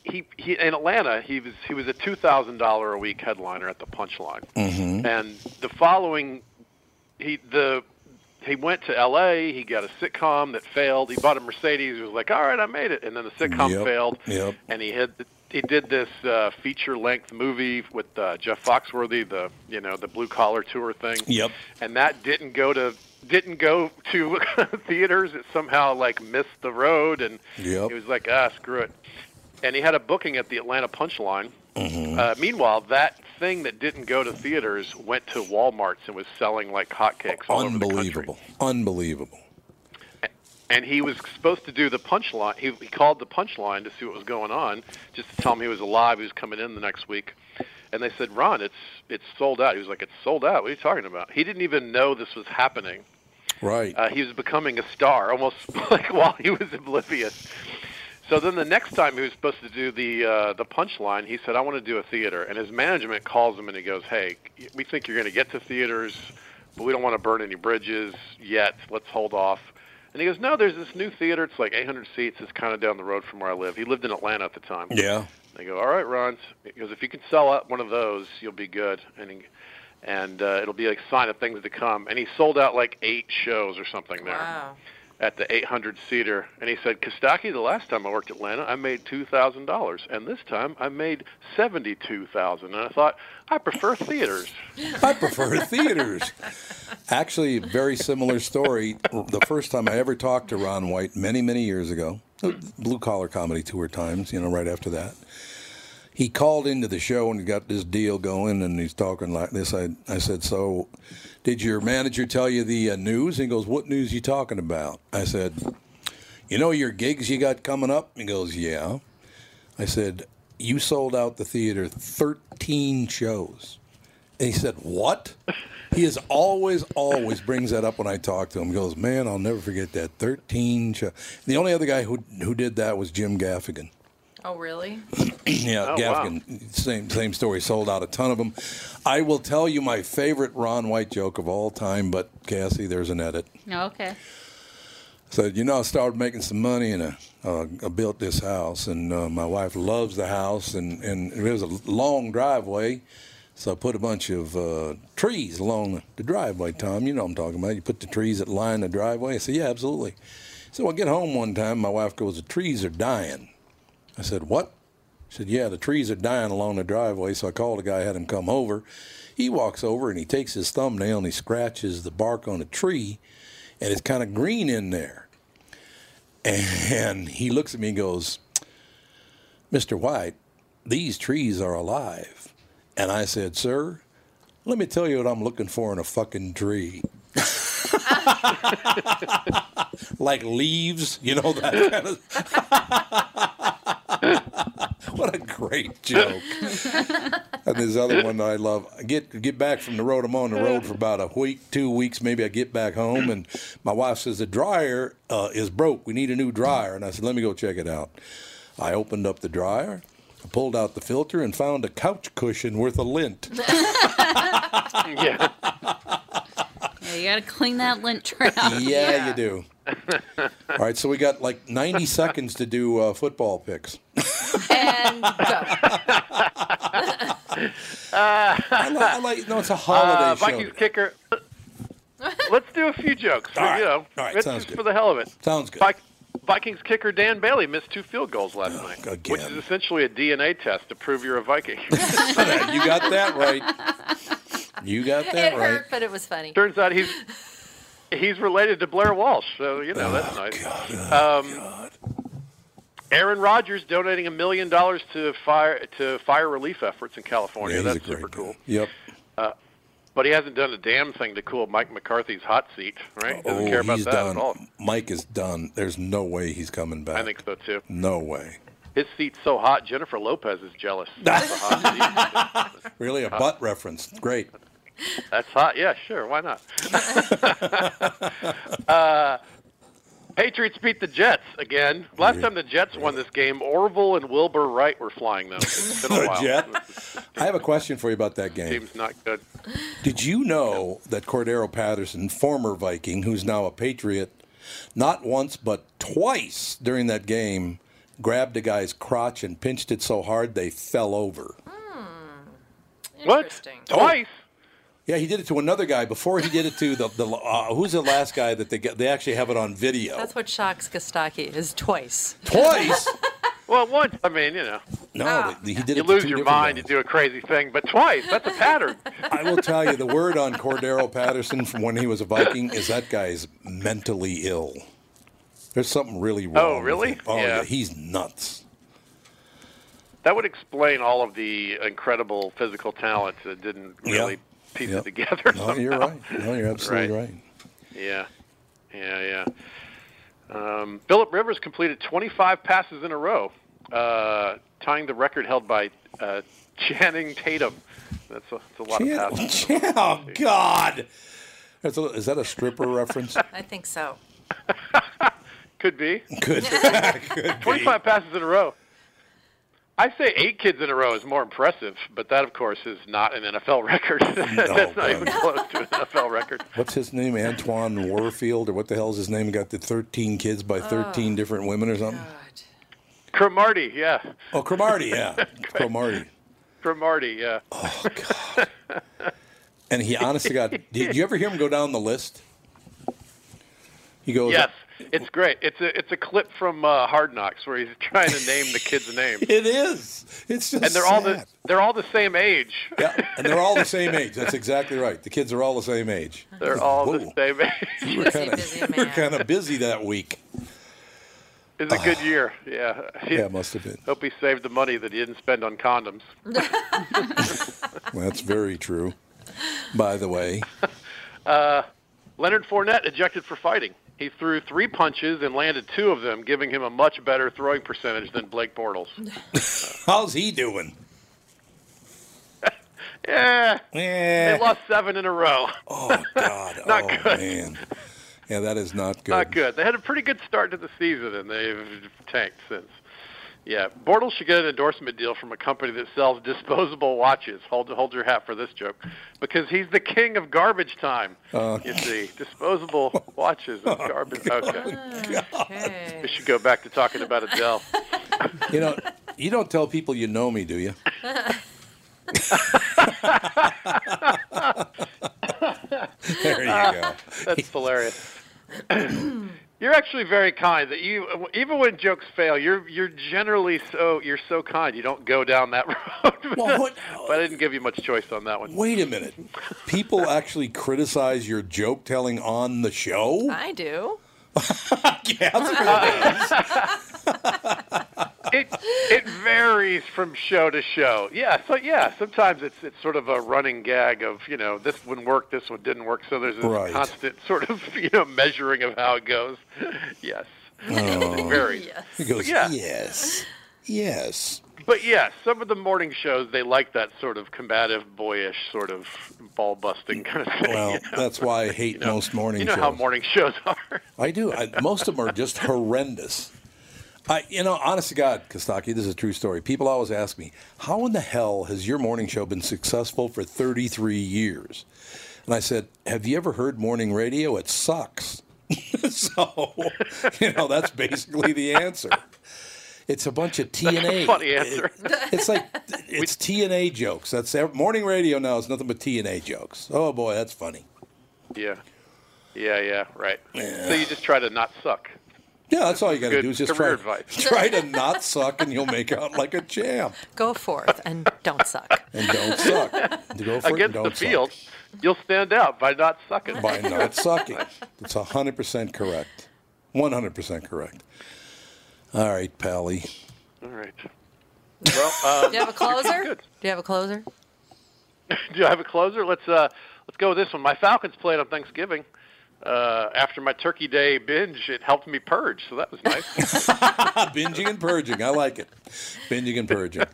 J: He, he in Atlanta he was he was a two thousand dollar a week headliner at the Punchline,
A: Mm-hmm.
H: Mhm.
J: and the following he the he went to L.A. He got a sitcom that failed. He bought a Mercedes. He was like, all right, I made it, and then the sitcom
A: Yep.
J: failed
A: Yep.
J: and he had he did this uh, feature-length movie with uh, Jeff Foxworthy, the you know the blue collar tour thing,
A: Yep.
J: and that didn't go to didn't go to theaters. It somehow like missed the road, and
A: Yep.
J: he was like, ah, screw it. And he had a booking at the Atlanta Punchline. Uh, meanwhile, that thing that didn't go to theaters went to WalMarts and was selling like hotcakes all over the
A: Unbelievable. Unbelievable.
J: and he was supposed to do the punchline. He, he called the punchline to see what was going on, just to tell him he was alive. He was coming in the next week, and they said, "Ron, it's it's sold out." He was like, "It's sold out. What are you talking about?" He didn't even know this was happening.
A: Right.
J: Uh, he was becoming a star, almost like while he was oblivious. So then the next time he was supposed to do the uh, the punchline, he said, "I want to do a theater." And his management calls him and he goes, "Hey, we think you're going to get to theaters, but we don't want to burn any bridges yet. Let's hold off." And he goes, no, there's this new theater. It's like 800 seats. It's kind of down the road from where I live. He lived in Atlanta at the time.
A: Yeah.
J: They go, all right, Ron. He goes, if you can sell out one of those, you'll be good, and he, and uh, it'll be like a sign of things to come. And he sold out like eight shows or something there
B: Wow.
J: at the 800 seater. And he said, Kostaki, the last time I worked at Atlanta, I made two thousand dollars, and this time I made seventy-two thousand. And I thought, I prefer theaters.
A: I prefer theaters. Actually, very similar story. The first time I ever talked to Ron White many, many years ago, blue collar comedy tour times, you know, right after that. He called into the show and got this deal going, and he's talking like this. I, I said, So, did your manager tell you the uh, news? He goes, What news you talking about? I said, You know your gigs you got coming up? He goes, Yeah. I said, You sold out the theater 13 shows. And he said, What? He is always, always brings that up when I talk to him. He goes, Man, I'll never forget that. 13 shows. The only other guy who, who did that was Jim Gaffigan.
B: Oh, really?
A: yeah,
B: Oh,
A: Gaffigan. Same, same story. Sold out a ton of them. I will tell you my favorite Ron White joke of all time, but Cassie, there's an edit.
D: No, okay.
A: Said, you know, I started making some money and I, uh, I built this house, and uh, my wife loves the house, and, and it was a long driveway. So I put a bunch of uh, trees along the driveway, Tom. You know what I'm talking about. You put the trees that line the driveway. I said, yeah, absolutely. So I get home one time, my wife goes, the trees are dying. I said, what? She said, yeah, the trees are dying along the driveway. So I called a guy, had him come over. He walks over and he takes his thumbnail and he scratches the bark on a tree, and it's kind of green in there. And he looks at me and goes, Mr. White, these trees are alive. And I said, Sir, let me tell you what I'm looking for in a fucking tree. like leaves, you know, that kind of. what a great joke. And this other one that I love. I get get back from the road. I'm on the road for about a week, two weeks, maybe. I get back home, and my wife says the dryer uh, is broke. We need a new dryer. And I said, let me go check it out. I opened up the dryer, I pulled out the filter, and found a couch cushion worth of lint.
J: yeah.
D: Yeah, you gotta clean that lint tray
A: Yeah,
D: out.
A: you do. All right, so we got like 90 seconds to do uh, football picks.
B: And go.
A: I, li- I like. No, it's a holiday
J: uh,
A: show.
J: Vikings kicker. Let's do a few jokes.
A: All right.
J: You know,
A: All right,
J: it's
A: sounds
J: just
A: good.
J: for the hell of it.
A: Sounds good.
J: Vik- Vikings kicker Dan Bailey missed two field goals last
A: Oh,
J: night, which is essentially a DNA test to prove you're a Viking.
A: you got that right. You got
B: it hurt, but it was funny.
J: Turns out he's he's related to Blair Walsh, so you know
A: Oh,
J: that's nice. um, Aaron Rodgers donating a million dollars to fire to fire relief efforts in California.
A: Yeah, he's a
J: that's super
A: great
J: cool.
A: Yep.
J: Uh, but he hasn't done a damn thing to cool Mike McCarthy's hot seat, right? Doesn't
A: oh,
J: care about
A: he's
J: that
A: done.
J: at all.
A: Mike is done. There's no way he's coming back.
J: I think so too.
A: No way.
J: His seat's so hot, Jennifer Lopez is jealous. That's a hot seat.
A: Really, a butt reference. Great.
J: That's hot. Yeah, sure. Why not? uh, Patriots beat the Jets again. Last time the Jets won this game, Orville and Wilbur Wright were flying them. It's been a
A: The
J: while.
A: Jet. I have a question for you about that game.
J: Team's not good.
A: Did you know that Cordero Patterson, former Viking, who's now a Patriot, not once but twice during that game grabbed a guy's crotch and pinched it so hard they fell over?
J: What?
A: Oh.
J: Twice?
A: Yeah, he did it to another guy before he did it to the, the uh, who's the last guy that they got, they actually have it on video.
B: That's what shocks Kostaki is twice.
A: Twice?
J: Well, once, I mean, you know.
A: No, they- he did
J: You
A: it to
J: lose
A: two
J: your
A: different
J: mind, you do a crazy thing, but twice, that's a pattern.
A: I will tell you the word on Cordero Patterson from when he was a Viking is that guy's mentally ill. There's something really wrong. with
J: really?
A: him. Oh
J: Yeah.
A: yeah, he's nuts.
J: That would explain all of the incredible physical talent that didn't really piece
A: Yep.
J: it together.
A: No, you're
J: somehow.
A: right. No, you're absolutely right.
J: Yeah, yeah, yeah. Um, Philip Rivers completed 25 passes in a row, uh, tying the record held by uh, Channing Tatum. That's a, that's a lot
A: Chan-
J: of passes.
A: Chan- oh God! That's a, is that a stripper reference?
B: I think so.
J: Could be.
A: Good.
J: 25 passes in a row. I say eight kids in a row is more impressive, but that, of course, is not an NFL record. That's not even close to an NFL record.
A: What's his name? Antoine Warfield, or what the hell's his name? He got the 13 kids by 13 different women or something?
J: Cromarty, yeah.
A: Oh, Cromarty, yeah. Cromarty.
J: Cromarty, yeah.
A: And he, honestly, got. Did you ever hear him go down the list? He goes,
J: Yes, it's great. It's a it's a clip from uh, Hard Knocks where he's trying to name the kids' names.
A: It is. It's just
J: and they're all the
A: sad.
J: they're all the same age.
A: Yeah, and they're all the same age. That's exactly right. The kids are all the same age.
J: They're all
A: Whoa.
J: the same age.
A: You were kind of you were kind of busy that week.
J: It's a good year. Yeah.
A: ah. Yeah, it must have been.
J: Hope he saved the money that he didn't spend on condoms.
A: Well, that's very true. By the way,
J: Uh, Leonard Fournette ejected for fighting. He threw three punches and landed two of them, giving him a much better throwing percentage than Blake Bortles.
A: how's he doing?
J: Yeah.
A: Yeah.
J: They lost seven in a row.
A: Oh God.
J: Not
A: oh
J: good.
A: man. Yeah, that is not good.
J: Not good. They had a pretty good start to the season, and they've tanked since. Yeah, Bortles should get an endorsement deal from a company that sells disposable watches. Hold hold your hat for this joke, because he's the king of garbage time.
A: Uh, Oh,
J: You see, disposable watches and garbage. Okay.
B: Okay.
J: We should go back to talking about Adele.
A: you know, you don't tell people you know me, do you? There you go.
J: That's hilarious. you're actually very kind. That you, even when jokes fail, you're you're generally so you're so kind. You don't go down that road.
A: Well, what-
J: but I didn't give you much choice on that one.
A: Wait a minute. People actually criticize your joke telling on the show.
B: I do.
J: it it varies from show to show. Yeah, so yeah, sometimes it's it's sort of a running gag of you know this one worked, this one didn't work. So there's a
A: Right.
J: constant sort of you know measuring of how it goes. Yes, it varies.
A: Oh. He goes,
J: Yeah.
A: yes, yes.
J: But yeah, some of the morning shows they like that sort of combative, boyish, sort of ball busting kind of thing.
A: Well, that's why I hate most morning
J: you know
A: shows.
J: how morning shows are.
A: I do. I, most of them are just horrendous. I, you know, honest to God, Kostaki, this is a true story. People always ask me, how in the hell has your morning show been successful for 33 years? And I said, have you ever heard morning radio? It sucks. so, you know, oh, that's basically the answer. It's a bunch of TNA.
J: That's a funny answer.
A: It's like it's TNA jokes. That's morning radio now is nothing but TNA jokes. Oh boy, that's funny.
J: yeah, yeah, yeah, right. So you just try to not suck.
A: Yeah, that's all you got to
J: Good
A: do is just try,
J: career advice.
A: try to not suck, and you'll make out like a champ.
B: Go forth and don't suck.
A: And don't suck. To go for it and
J: Against the
A: don't suck.
J: field, you'll stand out by not sucking.
A: by not sucking. It's 100% correct. 100% correct. All right, Pally.
J: All right. Well, um,
B: Do you have a closer?
J: Good.
B: Do you have a closer?
J: do you have a closer? Let's uh, let's go with this one. My Falcons played on Thanksgiving. Uh, after my Turkey Day binge, it helped me purge, so that was nice.
A: Binging and purging. I like it. Binging and purging.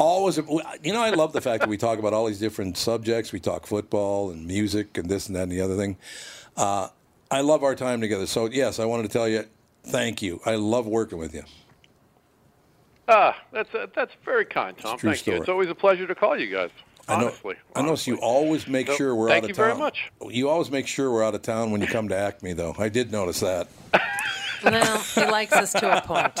A: Always, you know, I love the fact that we talk about all these different subjects. We talk football and music and this and that and the other thing. Uh, I love our time together. So, yes, I wanted to tell you thank you. I love working with you.
J: ah, that's uh, that's very kind, Tom.
A: true
J: Thank you.
A: story.
J: It's always a pleasure to call you guys.
A: I know,
J: Honestly.
A: I notice you always make
J: So,
A: sure we're out
J: thank
A: of
J: you
A: town.
J: very much.
A: You always make sure we're out of town when you come to Acme, though. I did notice that.
B: No, he likes us to a point.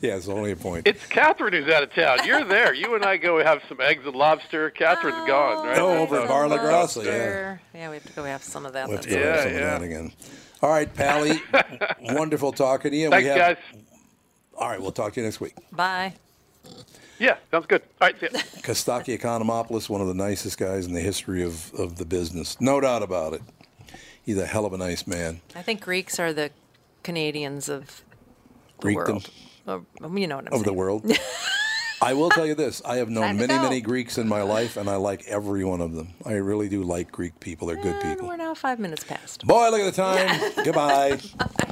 A: Yeah, it's only a point.
J: It's Catherine who's out of town. You're there. You and I go have some eggs and lobster. Catherine's gone, right?
A: Oh, over at Bar La Grassa, yeah.
B: Sure. Yeah, we have to go have some of that.
A: We'll have to
B: then.
A: go
J: Yeah,
A: have some of
J: yeah.
A: that again. All right, Pally. wonderful talking to you.
J: Thanks,
A: we have,
J: guys.
A: All right, we'll talk to you next week.
B: Bye.
J: Yeah, sounds good. All right, see ya.
A: Kostaki Economopoulos, one of the nicest guys in the history of, of the business. No doubt about it. He's a hell of a nice man.
B: I think Greeks are the Canadians of,
A: Greekdom
B: of you know what I'm
A: of the
B: saying.
A: world. I will tell you this. I have known
B: Time to
A: many,
B: go.
A: many Greeks in my life, and I like every one of them. I really do like Greek people. They're good
B: And
A: people.
B: we're now five minutes past.
A: Boy, look at the time. Goodbye.